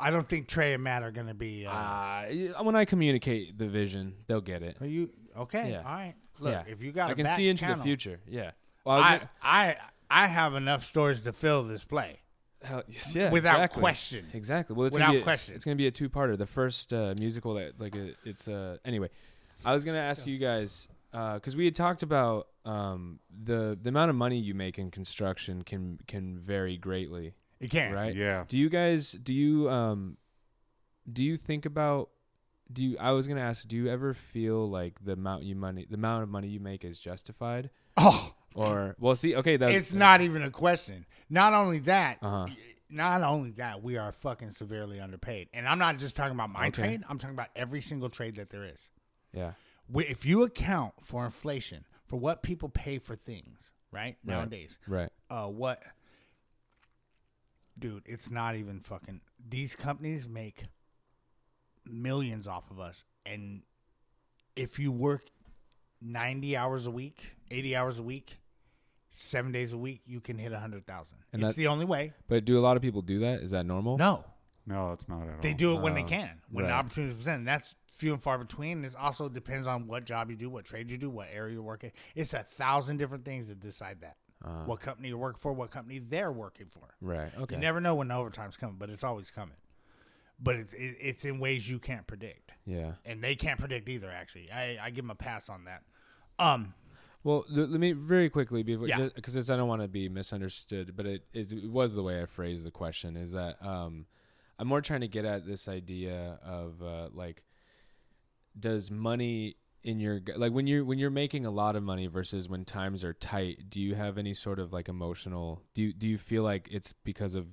I don't think Trey and Matt are gonna be. Uh, Uh, when I communicate the vision, they'll get it. are you okay? yeah. All right. Look, yeah. if you got, I a can back see into the channel- future. Yeah. Well, I was I gonna- I I have enough stories to fill this play. Hell, [laughs] yes, yeah, Without exactly. question. Exactly. Well, it's Without gonna be a, question. It's gonna be a two-parter. The first uh, musical that like uh, it's uh, anyway. I was gonna ask you guys because we had talked about um, the the amount of money you make in construction can can vary greatly, It can't. right? Yeah. Do you guys do you um do you think about do you? I was gonna ask. Do you ever feel like the amount you money the amount of money you make is justified? Oh, Or well, see, okay, that's it's not even a question. Not only that, Uh-huh. y- not only that, we are fucking severely underpaid. And I'm not just talking about my Okay. trade, I'm talking about every single trade that there is. Yeah. We- If you account for inflation, for what people pay for things, right? Nowadays. Right. Uh what Dude, it's not even fucking these companies make millions off of us and if you work 90 hours a week, 80 hours a week, 7 days a week, you can hit 100,000. And It's that- the only way. But do a lot of people do that? Is that normal? No. No, it's not at They all. do it when they can, when the Oh. right. opportunities present. And that's few and far between. This also depends on what job you do, what trade you do, what area you work in. It's a thousand different things that decide that. what company you work for, what company they're working for. Uh. Right. Okay. You never know when overtime's coming, but it's always coming. But it's it, it's in ways you can't predict, yeah. and they can't predict either. Actually, I, I give them a pass on that. Um, Well, l- let me very quickly before Yeah. because I don't want to be misunderstood, but it, is, it was the way I phrased the question is that um, I'm more trying to get at this idea of uh, like, does money in your g- like when you're when you're making a lot of money versus when times are tight, do you have any sort of like emotional? Do you, do you feel like it's because of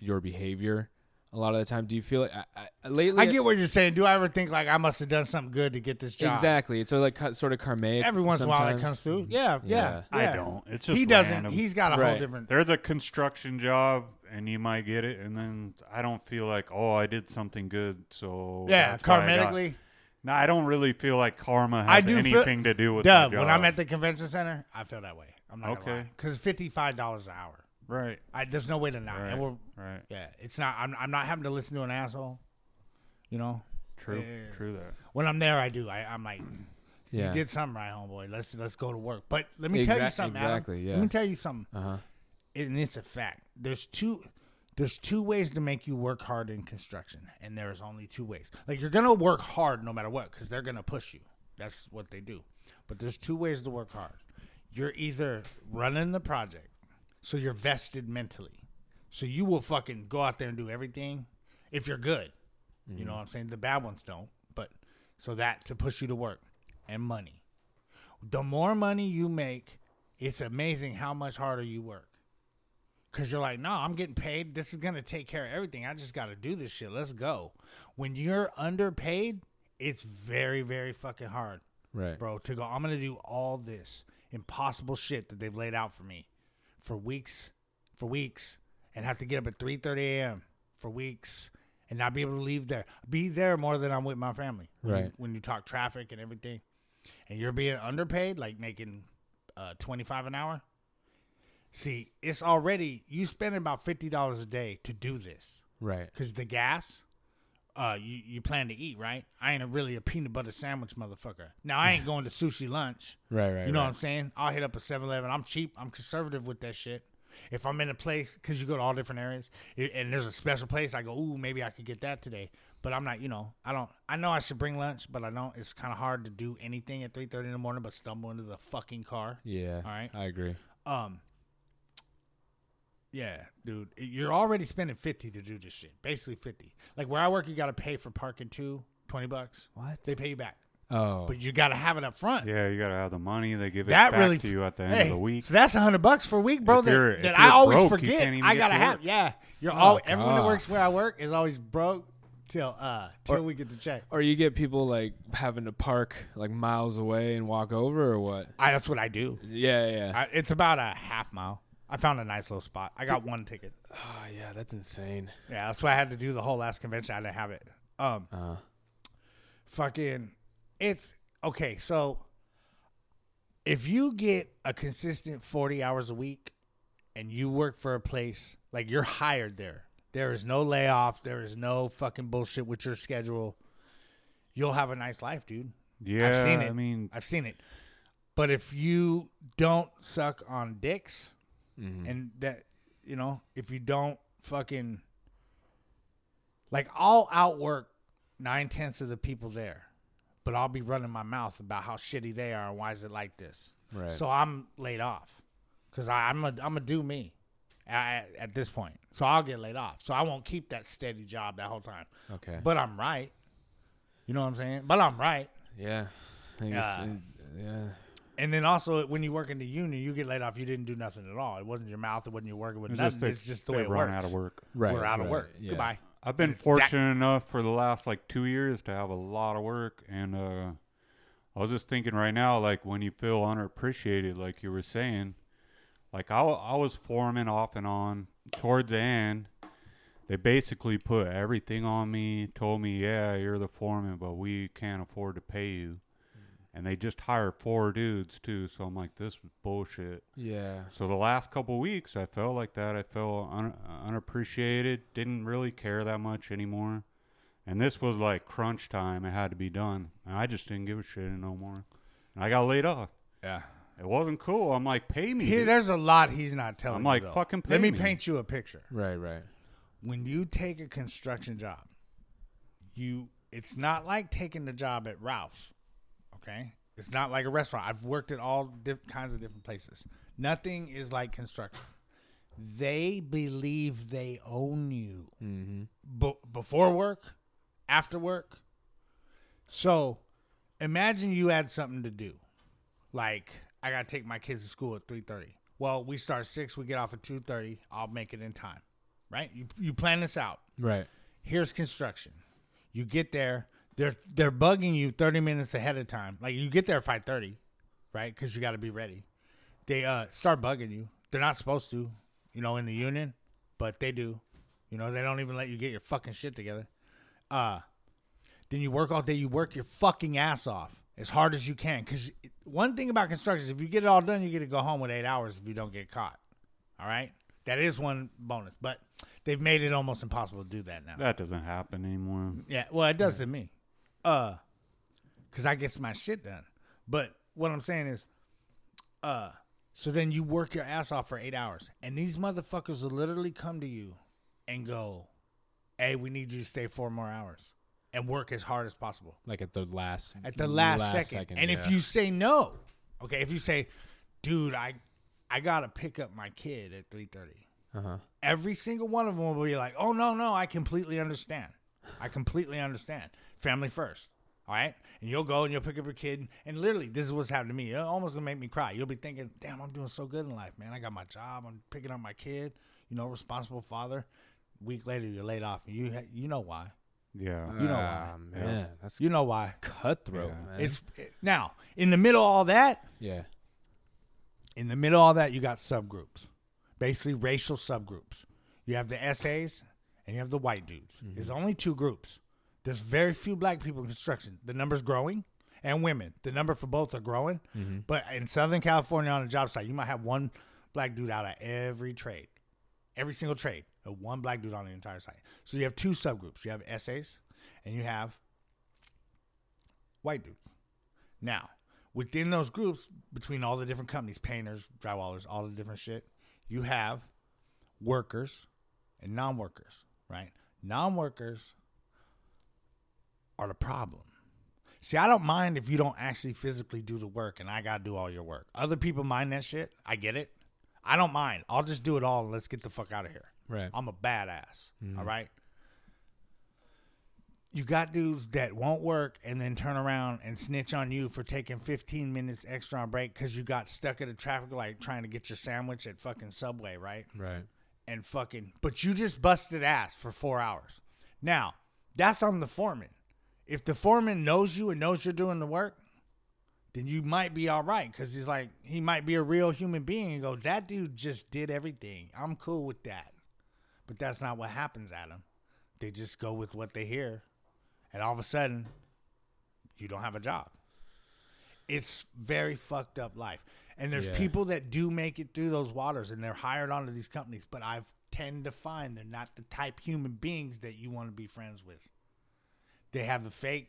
your behavior? A lot of the time, do you feel like I, I, lately? I get what you're saying. Do I ever think like I must have done something good to get this job? exactly. It's sort of like ca- sort of karmic. Every once in a while, that sometimes. comes through. Yeah, yeah. I yeah. don't. It's just He doesn't. random. He's got a whole Right. different. There's a construction job, and you might get it, and then I don't feel like, oh, I did something good, so Yeah, that's why I got- karmically. No, I don't really feel like karma has I do feel- anything to do with my Dub, job. when I'm at the convention center, I feel that way. I'm not okay. Okay. Because fifty five dollars an hour. right, I, there's no way to not. right, And we're right, yeah, it's not. I'm I'm not having to listen to an asshole. You know, true, true that. when I'm there, I do. I I'm like, so Yeah. you did something right, homeboy. Let's let's go to work. But let me tell you Exact- something. Adam. exactly, yeah. Let me tell you something. Uh-huh. And it's a fact. There's two. There's two ways to make you work hard in construction, and there's only two ways. Like you're gonna work hard no matter what, because they're gonna push you. That's what they do. But there's two ways to work hard. You're either running the project, so you're vested mentally. So you will fucking go out there and do everything if you're good. You Mm-hmm. know what I'm saying? The bad ones don't, but so that to push you to work and money. The more money you make, it's amazing how much harder you work. Cause you're like, no, I'm getting paid. This is gonna take care of everything. I just gotta do this shit. Let's go. When you're underpaid, it's very, very fucking hard Right. bro, to go, I'm going to do all this impossible shit that they've laid out for me for weeks, for weeks, and have to get up at 3.30 a.m. for weeks and not be able to leave there. Be there more than I'm with my family. When You, Right. when you talk traffic and everything. And you're being underpaid, like making uh, 25 an hour. See, it's already, you spend about $50 a day to do this Right. because the gas uh you, you plan to eat right i ain't a really a peanut butter sandwich motherfucker now [laughs] i ain't going to sushi lunch Right. Right. you know right. what i'm saying i'll hit up a 7-eleven i'm cheap i'm conservative with that shit if i'm in a place because you go to all different areas i- and there's a special place i go ooh maybe i could get that today but i'm not you know i don't i know i should bring lunch but i don't it's kind of hard to do anything at 3.30 in the morning but stumble into the fucking car Yeah. All right. I agree. um yeah, dude, you're already spending 50 to do this shit. Basically 50. Like where I work, you got to pay for parking too, 20 bucks. What? They pay you back. Oh. But you got to have it up front. Yeah, you gotta have the money. They give it That back really to you at the end hey, of the week. So that's 100 bucks for a week, bro, If you're- that, if that you're I always broke, you forget. can't even I get got to to have work. yeah. You're all everyone that God. works where I work is always broke till uh till we get the check. or you get people like having to park like miles away and walk over or what? I, that's what I do. Yeah. Yeah. I, it's about a half mile. I found a nice little spot. I got one ticket. oh yeah, that's insane. Yeah, that's why I had to do the whole last convention. I didn't have it. Um, Uh-huh. fucking, it's okay. So, if you get a consistent forty hours a week, and you work for a place like you're hired there, there is no layoff. There is no fucking bullshit with your schedule. You'll have a nice life, dude. yeah, I've seen it. I mean, I've seen it. But if you don't suck on dicks, Mm-hmm. and that you know, if you don't fucking like, I'll outwork nine tenths of the people there, but I'll be running my mouth about how shitty they are and why is it like this. Right. So I'm laid off because I'm a I'm a do me. At, at this point, so I'll get laid off. So I won't keep that steady job that whole time. Okay. But I'm right. You know what I'm saying? But I'm right. yeah. I think it's- Uh, yeah. And then also, when you work in the union, you get laid off. You didn't do nothing at all. It wasn't your mouth. It wasn't your work. It wasn't It's nothing. just, they- it's just the they way it run works. out of work. Right. We're out of right, work. yeah. Goodbye. I've been It's that- fortunate enough for the last like two years to have a lot of work, and uh, I was just thinking right now, like when you feel underappreciated, like you were saying, like I, wa- I was foreman off and on toward the end. They basically put everything on me, told me, "Yeah, you're the foreman, but we can't afford to pay you." Mm. And they just hired four dudes too, so I'm like, "This is bullshit." Yeah. So the last couple weeks, I felt like that. I felt un- unappreciated. Didn't really care that much anymore. And this was like crunch time. It had to be done. And I just didn't give a shit no more. And I got laid off. Yeah. It wasn't cool. I'm like, pay me. Here, dude. there's a lot he's not telling. I'm you, like, though. fucking pay Let me me. paint you a picture. Right. Right. When you take a construction job, you it's not like taking the job at Ralph's. Okay, it's not like a restaurant. I've worked at all diff- kinds of different places. Nothing is like construction. They believe they own you. b- before work, after work. So imagine you had something to do. Like I gotta take my kids to school at three thirty. Well, we start six, we get off at two thirty, I'll make it in time. Right? You you plan this out. Right. Here's construction. You get there, they're they're bugging you thirty minutes ahead of time. Like you get there five thirty, right? Because you gotta be ready. They uh start bugging you. They're not supposed to, you know, in the union, but they do. You know, they don't even let you get your fucking shit together. Uh, then you work all day. You work your fucking ass off as hard as you can. Because one thing about construction is if you get it all done, you get to go home with eight hours if you don't get caught. All right? That is one bonus. But they've made it almost impossible to do that now. That doesn't happen anymore. Yeah, well, it does to me. Uh, cause I gets my shit done. But what I'm saying is, uh, so then you work your ass off for eight hours, and these motherfuckers will literally come to you and go, "Hey, we need you to stay four more hours and work as hard as possible." Like at the last. at the last, second. And if yeah. you say no, okay, if you say, "Dude, I I gotta pick up my kid at 3.30. Uh-huh. every single one of them will be like, "Oh no, no, I completely understand. I completely understand. Family first, all right." And you'll go and you'll pick up your kid, and literally, this is what's happened to me. It almost gonna make me cry. You'll be thinking, "Damn, I'm doing so good in life, man. I got my job. I'm picking up my kid. You know, responsible father." Week later, you're laid off, and you you know why. Yeah. You know Ah, man, that's You know why. cutthroat, man. It's now in the middle of all that. yeah. in the middle of all that you got subgroups basically racial subgroups you have the essays and you have the white dudes there's only two groups there's very few black people in construction the numbers growing and women the number for both are growing but in southern california on a job site you might have one black dude out of every trade every single trade uh, one black dude on the entire site so you have two subgroups you have essays and you have white dudes now, within those groups, between all the different companies, painters, drywallers, all the different shit, you have workers and non workers, right? Non workers are the problem. See, I don't mind if you don't actually physically do the work and I got to do all your work. Other people mind that shit. I get it. I don't mind. I'll just do it all and let's get the fuck out of here. Right. I'm a badass. all right. You got dudes that won't work and then turn around and snitch on you for taking 15 minutes extra on break because you got stuck at a traffic light trying to get your sandwich at fucking Subway, right? Right. and fucking but you just busted ass for four hours now that's on the foreman if the foreman knows you and knows you're doing the work then you might be all right because he's like he might be a real human being and go that dude just did everything i'm cool with that but that's not what happens adam they just go with what they hear and all of a sudden you don't have a job it's very fucked up life and there's Yeah. people that do make it through those waters and they're hired onto these companies but i tend to find they're not the type human beings that you want to be friends with they have a fake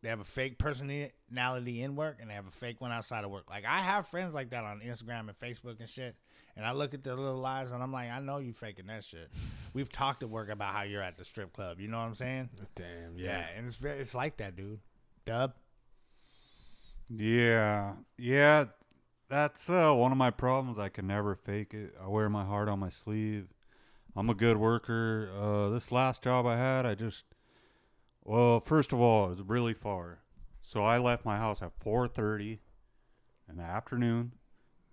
they have a fake personality in work and they have a fake one outside of work like i have friends like that on instagram and facebook and shit and i look at their little lives and i'm like i know you faking that shit we've talked at work about how you're at the strip club you know what i'm saying Damn. yeah, and it's very, it's like that, dude. Dub. Yeah. Yeah. That's uh, one of my problems. I can never fake it. I wear my heart on my sleeve. I'm a good worker. Uh, this last job I had, I just well, first of all, it was really far. So I left my house at 4:30 in the afternoon,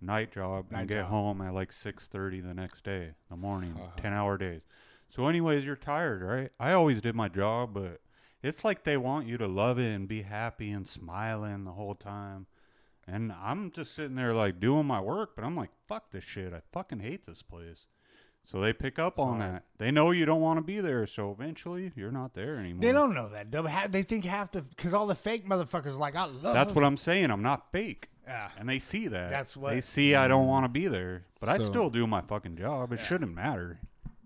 night job, Night and get job. Uh-huh. home at like six thirty the next day, in the morning, ten hour days. So, anyways, you're tired, right? I always did my job, but it's like they want you to love it and be happy and smiling the whole time. And I'm just sitting there like doing my work, but I'm like, fuck this shit. I fucking hate this place. So they pick up on that. They know you don't want to be there, so eventually you're not there anymore. They don't know that. They'll ha- They think half the because all the fake motherfuckers are like I love. That's what I'm saying. I'm not fake. Uh-huh. Yeah. And they see that. That's what- they see. I don't want to be there, but I So- still do my fucking job. It shouldn't matter.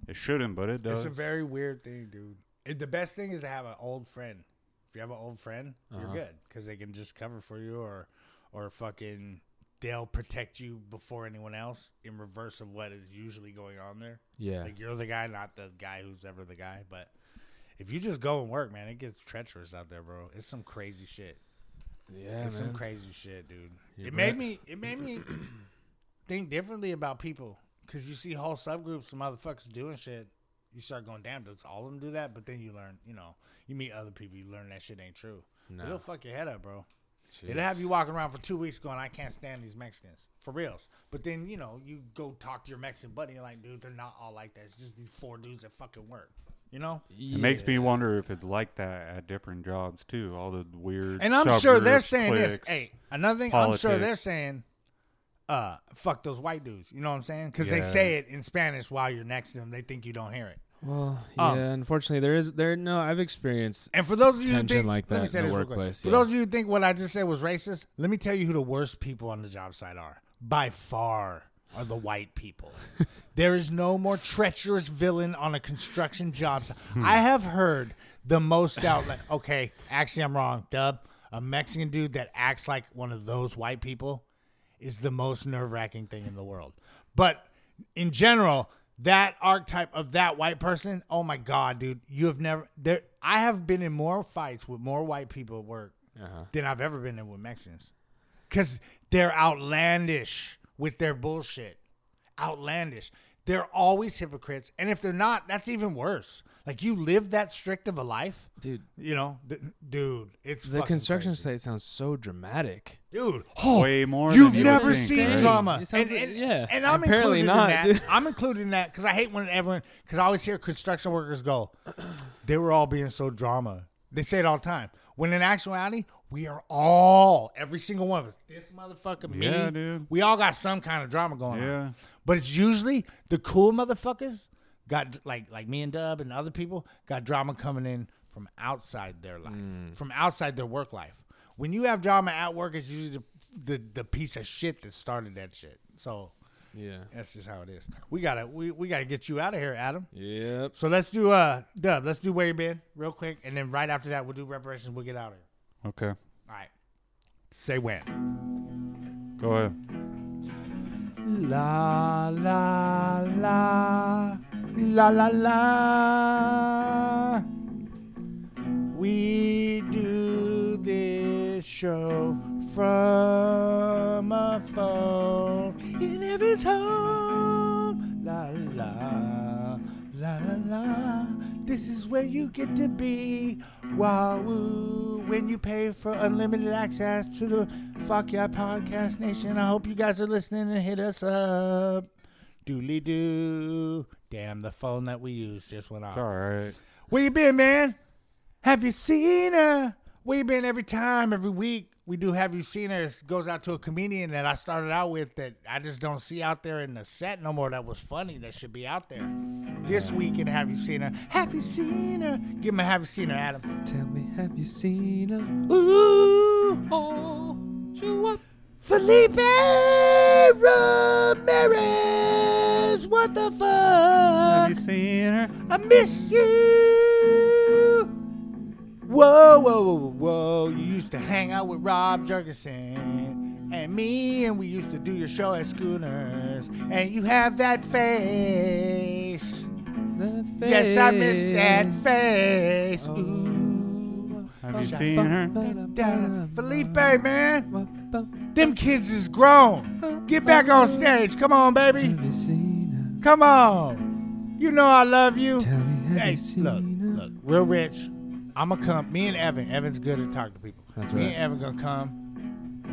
It shouldn't, but it It's does. a very weird thing, dude. It, the best thing is to have an old friend. If you have an old friend, Uh-huh. you're good because they can just cover for you or, or fucking they'll protect you before anyone else in reverse of what is usually going on there. Yeah. like you're the guy, not the guy who's ever the guy. But if you just go and work, man, it gets treacherous out there, bro. It's some crazy shit. Yeah, It's some man. crazy shit, dude. You're it right. made me. It [clears throat] made me think differently about people because you see whole subgroups of motherfuckers doing shit. You start going, damn, does all of them do that? But then you learn, you know, you meet other people, you learn that shit ain't true. No. It'll fuck your head up, bro. It'll have you walking around for two weeks going, I can't stand these Mexicans for reals. But then you know, you go talk to your Mexican buddy, you're like, dude, they're not all like that. It's just these four dudes that fucking work, you know. It makes me wonder if it's like that at different jobs too. All the weird. And I'm sure they're subgroups, saying this. cliques. Hey, another thing I'm sure politics. they're saying, uh, fuck those white dudes. You know what I'm saying? Because Yeah. they say it in Spanish while you're next to them. They think you don't hear it. Well, Um, yeah. Unfortunately, there is there. No, I've experienced. And for those of you who Tension think, like let me that say in the this real quick. workplace, For yeah. those of you who think what I just said was racist, let me tell you who the worst people on the job site are. By far are the [laughs] white people. there is no more treacherous villain on a construction job site. Hmm. I have heard the most out. Like, okay, actually, I'm wrong. Dub, a Mexican dude that acts like one of those white people is the most nerve wracking thing in the world. But in general, that archetype of that white person, oh my god, dude, you have never there. I have been in more fights with more white people at work Uh-huh. than I've ever been in with Mexicans, because they're outlandish with their bullshit. Outlandish. They're always hypocrites, and if they're not, that's even worse. Like you live that strict of a life, Dude. You know, th- dude, it's The fucking construction crazy. site sounds so dramatic. dude. Oh, Way more You've than you would never think, seen right? drama. It sounds and, like- and- yeah. and I'm Apparently included not, in dude. that. I'm included in that because I hate when everyone because I always hear construction workers go, they were all being so drama. They say it all the time. When in actuality, we are all every single one of us. This motherfucker, me, Yeah, dude. we all got some kind of drama going Yeah. on. But it's usually the cool motherfuckers got like like me and Dub and other people got drama coming in from outside their life, from outside their work life. When you have drama at work, it's usually the the, the piece of shit that started that shit. So Yeah. that's just how it is. We gotta we, we gotta get you out of here, Adam. Yep. So let's do uh Dub. Let's do where you been real quick, and then right after that we'll do reparations. We'll get out of here. Okay, All right. Say when. go ahead. La la la la la la. We do this show from a phone in Evan's home. La la la la la. This is where you get to be. Wahoo! When you pay for unlimited access to the Fuck Yeah Podcast Nation. I hope you guys are listening and hit us up. Doodly doo. Damn, the phone that we use just went off. It's all right. Where you been, man? Have you seen her? Where you been every time, every week? We do Have You Seen Her. It goes out to a comedian that I started out with that I just don't see out there in the set no more that was funny that should be out there. This week in Have You Seen Her? Have You Seen Her? Give me a Have You Seen Her, Adam. Tell me, have you seen her? Ooh, Oh, show up. Felipe Ramirez. What the fuck? Have you seen her? I miss you. Whoa, whoa, whoa, whoa, whoa. You used to hang out with Rob Jurgensen and me, and we used to do your show at Schooners. And you have that face. The Oh. face. Yes, I miss that face. Ooh. Have you seen her? Da- Felipe, man, them kids is grown. Get back on stage. Come on, baby. Have you seen Come on. You know I love you. her? Tell me, have Hey, you seen look, her? look, real rich. I'ma come. Me and Evan. Evan's good at talking to people. That's me right. and Evan gonna come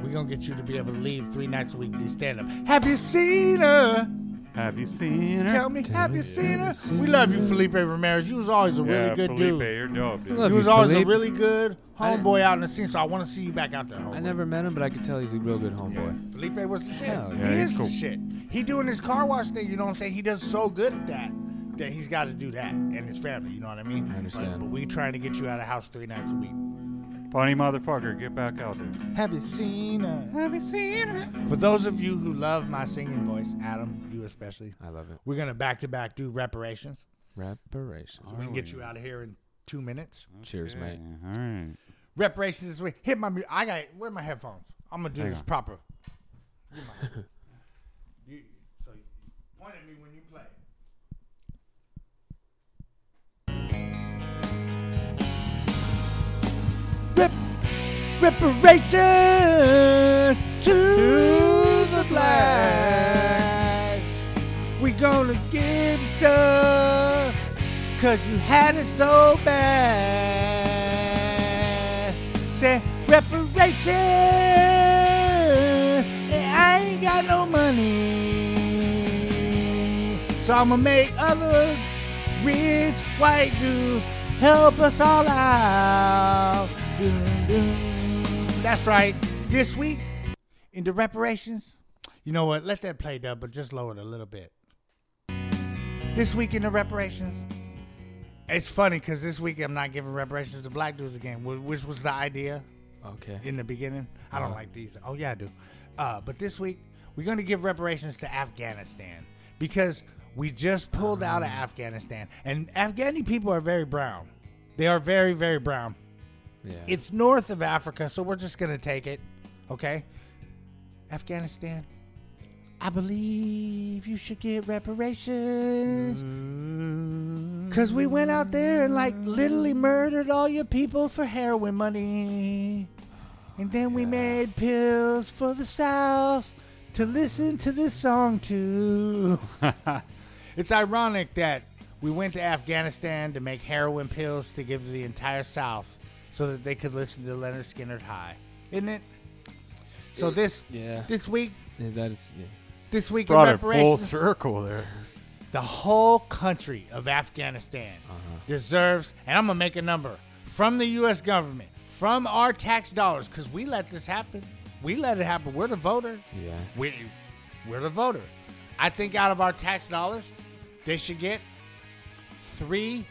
We're going to get you to be able to leave three nights a week to do stand up. Have you seen her? Have you seen her? Tell me, have you seen her? We love you, Felipe Ramirez. You was always a really yeah, good Felipe, dude. you're [laughs] dope, dude. Love You you, was always a Felipe. really good I didn't- homeboy out in the scene, so I want to see you back out there. Homeboy. I never met him, but I could tell he's a real good homeboy. Felipe was the shit. Hell yeah. he Yeah, he's is cool. the shit. He doing his car wash thing. You know what I'm saying? He does so good at that that he's got to do that and his family. You know what I mean? I understand. But, but we trying to get you out of house three nights a week. Funny motherfucker, get back out there. Have you seen her? Have you seen her? For those of you who love my singing voice, Adam, you especially, I love it. we're gonna back to back do reparations. Reparations. We can get you out of here in two minutes. Cheers, mate. Yeah, all right. Reparations this week. Hit my. mu- I got. Where are my headphones? I'm gonna do this proper. Give my- [laughs] you, so you point at me when you play. Rep, reparations to the blacks. We gonna give stuff Cause you had it so bad Say reparations And I ain't got no money So I'ma make other rich white dudes Help us all out Doom, doom. That's right This week in the reparations You know what let that play dub but just lower it a little bit this week in the reparations. It's funny because this week I'm not giving reparations to black dudes again, wh- which was the idea Okay. in the beginning. I don't like these. Oh yeah, I do. Uh, but this week we're going to give reparations to Afghanistan because we just pulled out of Afghanistan, and Afghani people are very brown. They are very very brown. Yeah. It's north of Africa, so we're just going to take it. Okay? Afghanistan, I believe you should get reparations. Because we went out there and, like, literally murdered all your people for heroin money. And then we made pills for the South to listen to this song to. [laughs] It's ironic that we went to Afghanistan to make heroin pills to give to the entire South so that they could listen to Leonard Skinner High, isn't it? So this yeah. this week Yeah, that it's yeah. this week Brought in it full reparations, circle there. the whole country of Afghanistan Uh-huh. deserves, and I'm gonna make a number from the U.S. government, from our tax dollars, because we let this happen. We let it happen. We're the voter. Yeah. We, we're the voter. I think out of our tax dollars, they should get three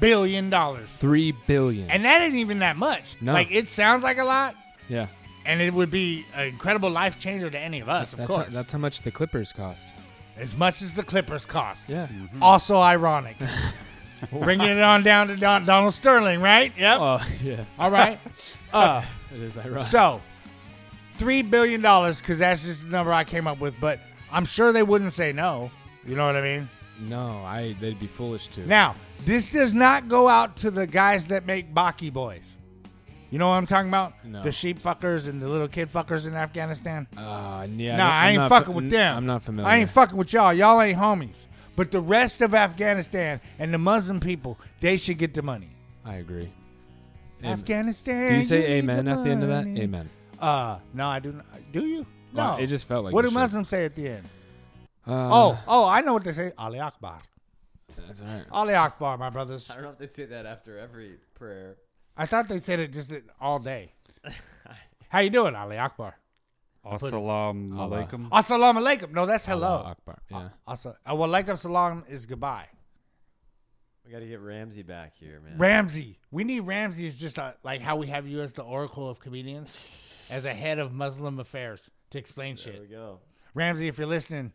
billion dollars, Three billion. and that ain't even that much. No. Like it sounds like a lot, yeah. and it would be an incredible life changer to any of us, of That's how, course. that's how much the Clippers cost. as much as the Clippers cost. Mm-hmm. Yeah. [laughs] Also ironic. Bringing it on down to Don- Donald Sterling, right? Yep. [laughs] Oh yeah. All right. Uh, It is ironic. So, three billion dollars because that's just the number I came up with. But I'm sure they wouldn't say no. You know what I mean? no, I they'd be foolish to. Now, this does not go out to the guys that make Baki boys. You know what I'm talking about? No. The sheep fuckers and the little kid fuckers in Afghanistan. Uh, yeah. nah, I'm I ain't not fucking fa- with n- them. I'm not familiar. I ain't fucking with y'all. Y'all ain't homies. But the rest of Afghanistan and the Muslim people, they should get the money. I agree. Afghanistan. Do you say need amen at the end of that? money. Amen. Uh, no, I do not. Do you? No. Well, it just felt like What you do should. Muslims say at the end? Uh, oh, oh, I know what they say. Ali Akbar. that's all right. Ali Akbar, my brothers. I don't know if they say that after every prayer. I thought they said it just [laughs] all day. How you doing, Ali Akbar? Assalamu uh, alaikum. Assalamu alaikum. No, that's hello. Akbar. Yeah. Asa- uh, well, alaikum salam is goodbye. We got to get Ramsey back here, man. Ramsey. We need Ramsey is just uh like how we have you as the oracle of comedians, as a head of Muslim affairs to explain There we shit. go. Ramsey, if you're listening,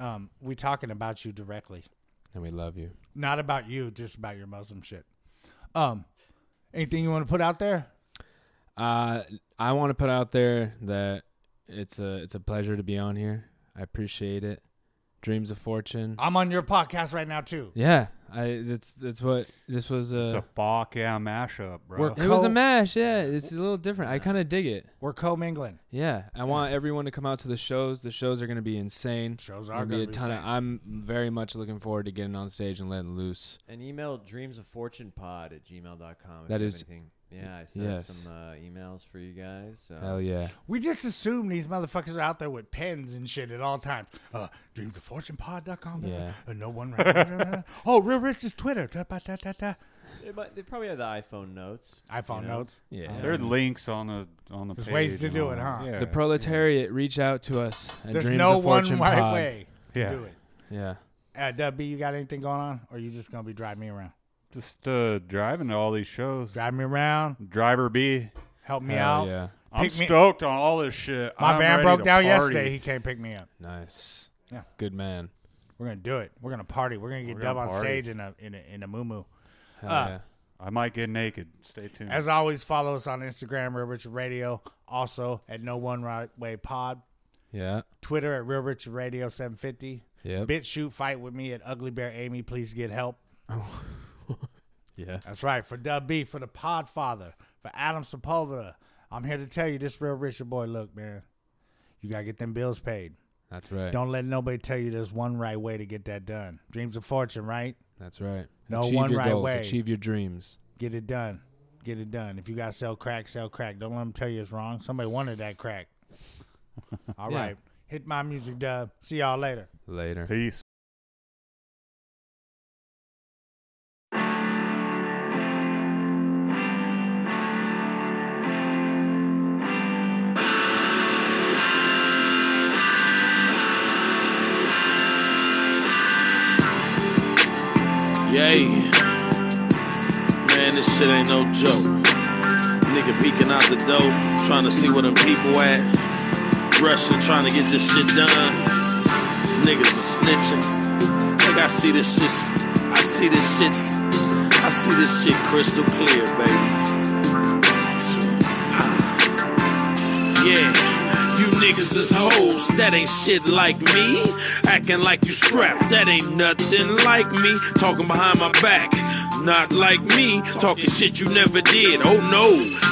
um, we talking about you directly. And we love you. not about you, just about your Muslim shit. Um, anything you want to put out there? Uh, I want to put out there that it's a it's a pleasure to be on here. I appreciate it. Dreams of fortune. I'm on your podcast right now too. yeah, I that's that's what this was It's uh, a a. fuck yeah mashup, bro. We're- It was co- a mash. Yeah, it's a little different. I kind of dig it. We're co-mingling. Yeah, I want everyone to come out to the shows. The shows are going to be insane. Shows Gonna are be gonna a be ton of. insane. I'm very much looking forward to getting on stage and letting loose. And email dreamsoffortunepod at gmail.com. If That you is have anything. Yeah, I sent Yes. some uh, emails for you guys. So. Hell yeah. We just assume these motherfuckers are out there with pens and shit at all times. Uh, dreamsoffortunepod.com. Yeah. Uh, no one. Right. oh, Real Rich is Twitter. Da, ba, da, da, da. They, might, they probably had the iPhone notes. you iPhone know? notes. Yeah. There's links on the on the There's page ways to and do all it, that. huh? Yeah. The proletariat reach out to us and There's dreams no of one fortune right pod. way to Yeah. do it. Yeah. Uh, Dub B, you got anything going on? Or you just going to be driving me around? Just uh, driving to all these shows. Drive me around. Driver B. Help me Hell out. yeah. I'm Pick me- stoked on all this shit. My I'm van ready broke to down party. yesterday. He can't pick me up. Nice. Yeah. Good man. We're gonna do it. We're gonna party. We're gonna get We're dub gonna on party. stage in a in a in a moo moo. Hell Uh, yeah. I might get naked. Stay tuned. As always, follow us on Instagram, Real Richard Radio. Also at No One Right Way Pod. Yeah. Twitter at Real Richard Radio 750. Yep. Bitch shoot fight with me at Ugly Bear Amy. Please get help. Yeah. That's right. For Dub B, for the Podfather, for Adam Sepulveda. I'm here to tell you this Real Richard boy. Look, man, you gotta get them bills paid. That's right. Don't let nobody tell you there's one right way to get that done. Dreams of fortune, right? That's right. No Achieve one your right goals. way. Achieve your dreams. Get it done. Get it done. If you got to sell crack, sell crack. Don't let them tell you it's wrong. Somebody wanted that crack. [laughs] All right, Yeah. Hit my music dub. See y'all later. Later. Peace. Yay. Man, this shit ain't no joke. Nigga peeking out the door, trying to see where them people at. Rushing, trying to get this shit done. Niggas are snitching. Think I see this shit. I see this shit. I see this shit crystal clear, baby. Yeah, you niggas is hoes that ain't shit like me. Acting like you strapped, that ain't nothing like me. Talking behind my back, not like me. Talking shit you never did, oh no,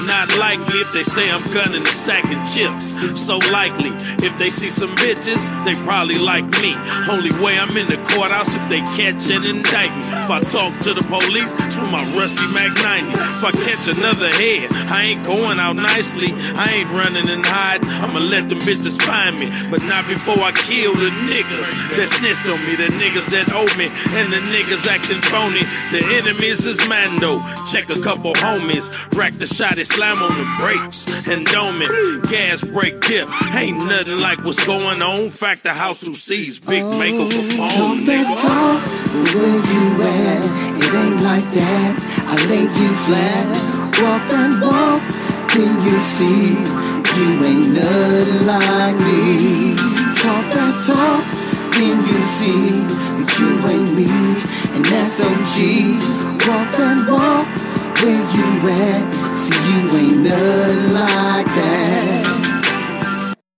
not like me. If they say I'm gunning a stack of chips, so likely. If they see some bitches, they probably like me. Only way I'm in the courthouse if they catch and indict me. If I talk to the police, it's with my rusty Mac 90. If I catch another head, I ain't going out nicely. I ain't running and hiding. I'ma let them bitches find me, but not before I kill the niggas that snitched on me, the niggas that owe me, and the niggas acting phony. The enemies is Mando. Check a couple homies, rack the shot and slam on the brakes and dome it. Gas break dip, ain't nothing like what's going on. Fact the house who sees big makeup Talk on that nigga. talk, where you at? It ain't like that. I lay you flat. Walk that walk, then you see you ain't nothing like me. Talk that talk, then you see that you ain't me, and that's OG. Walk that walk, where you at? See you ain't nothing like that.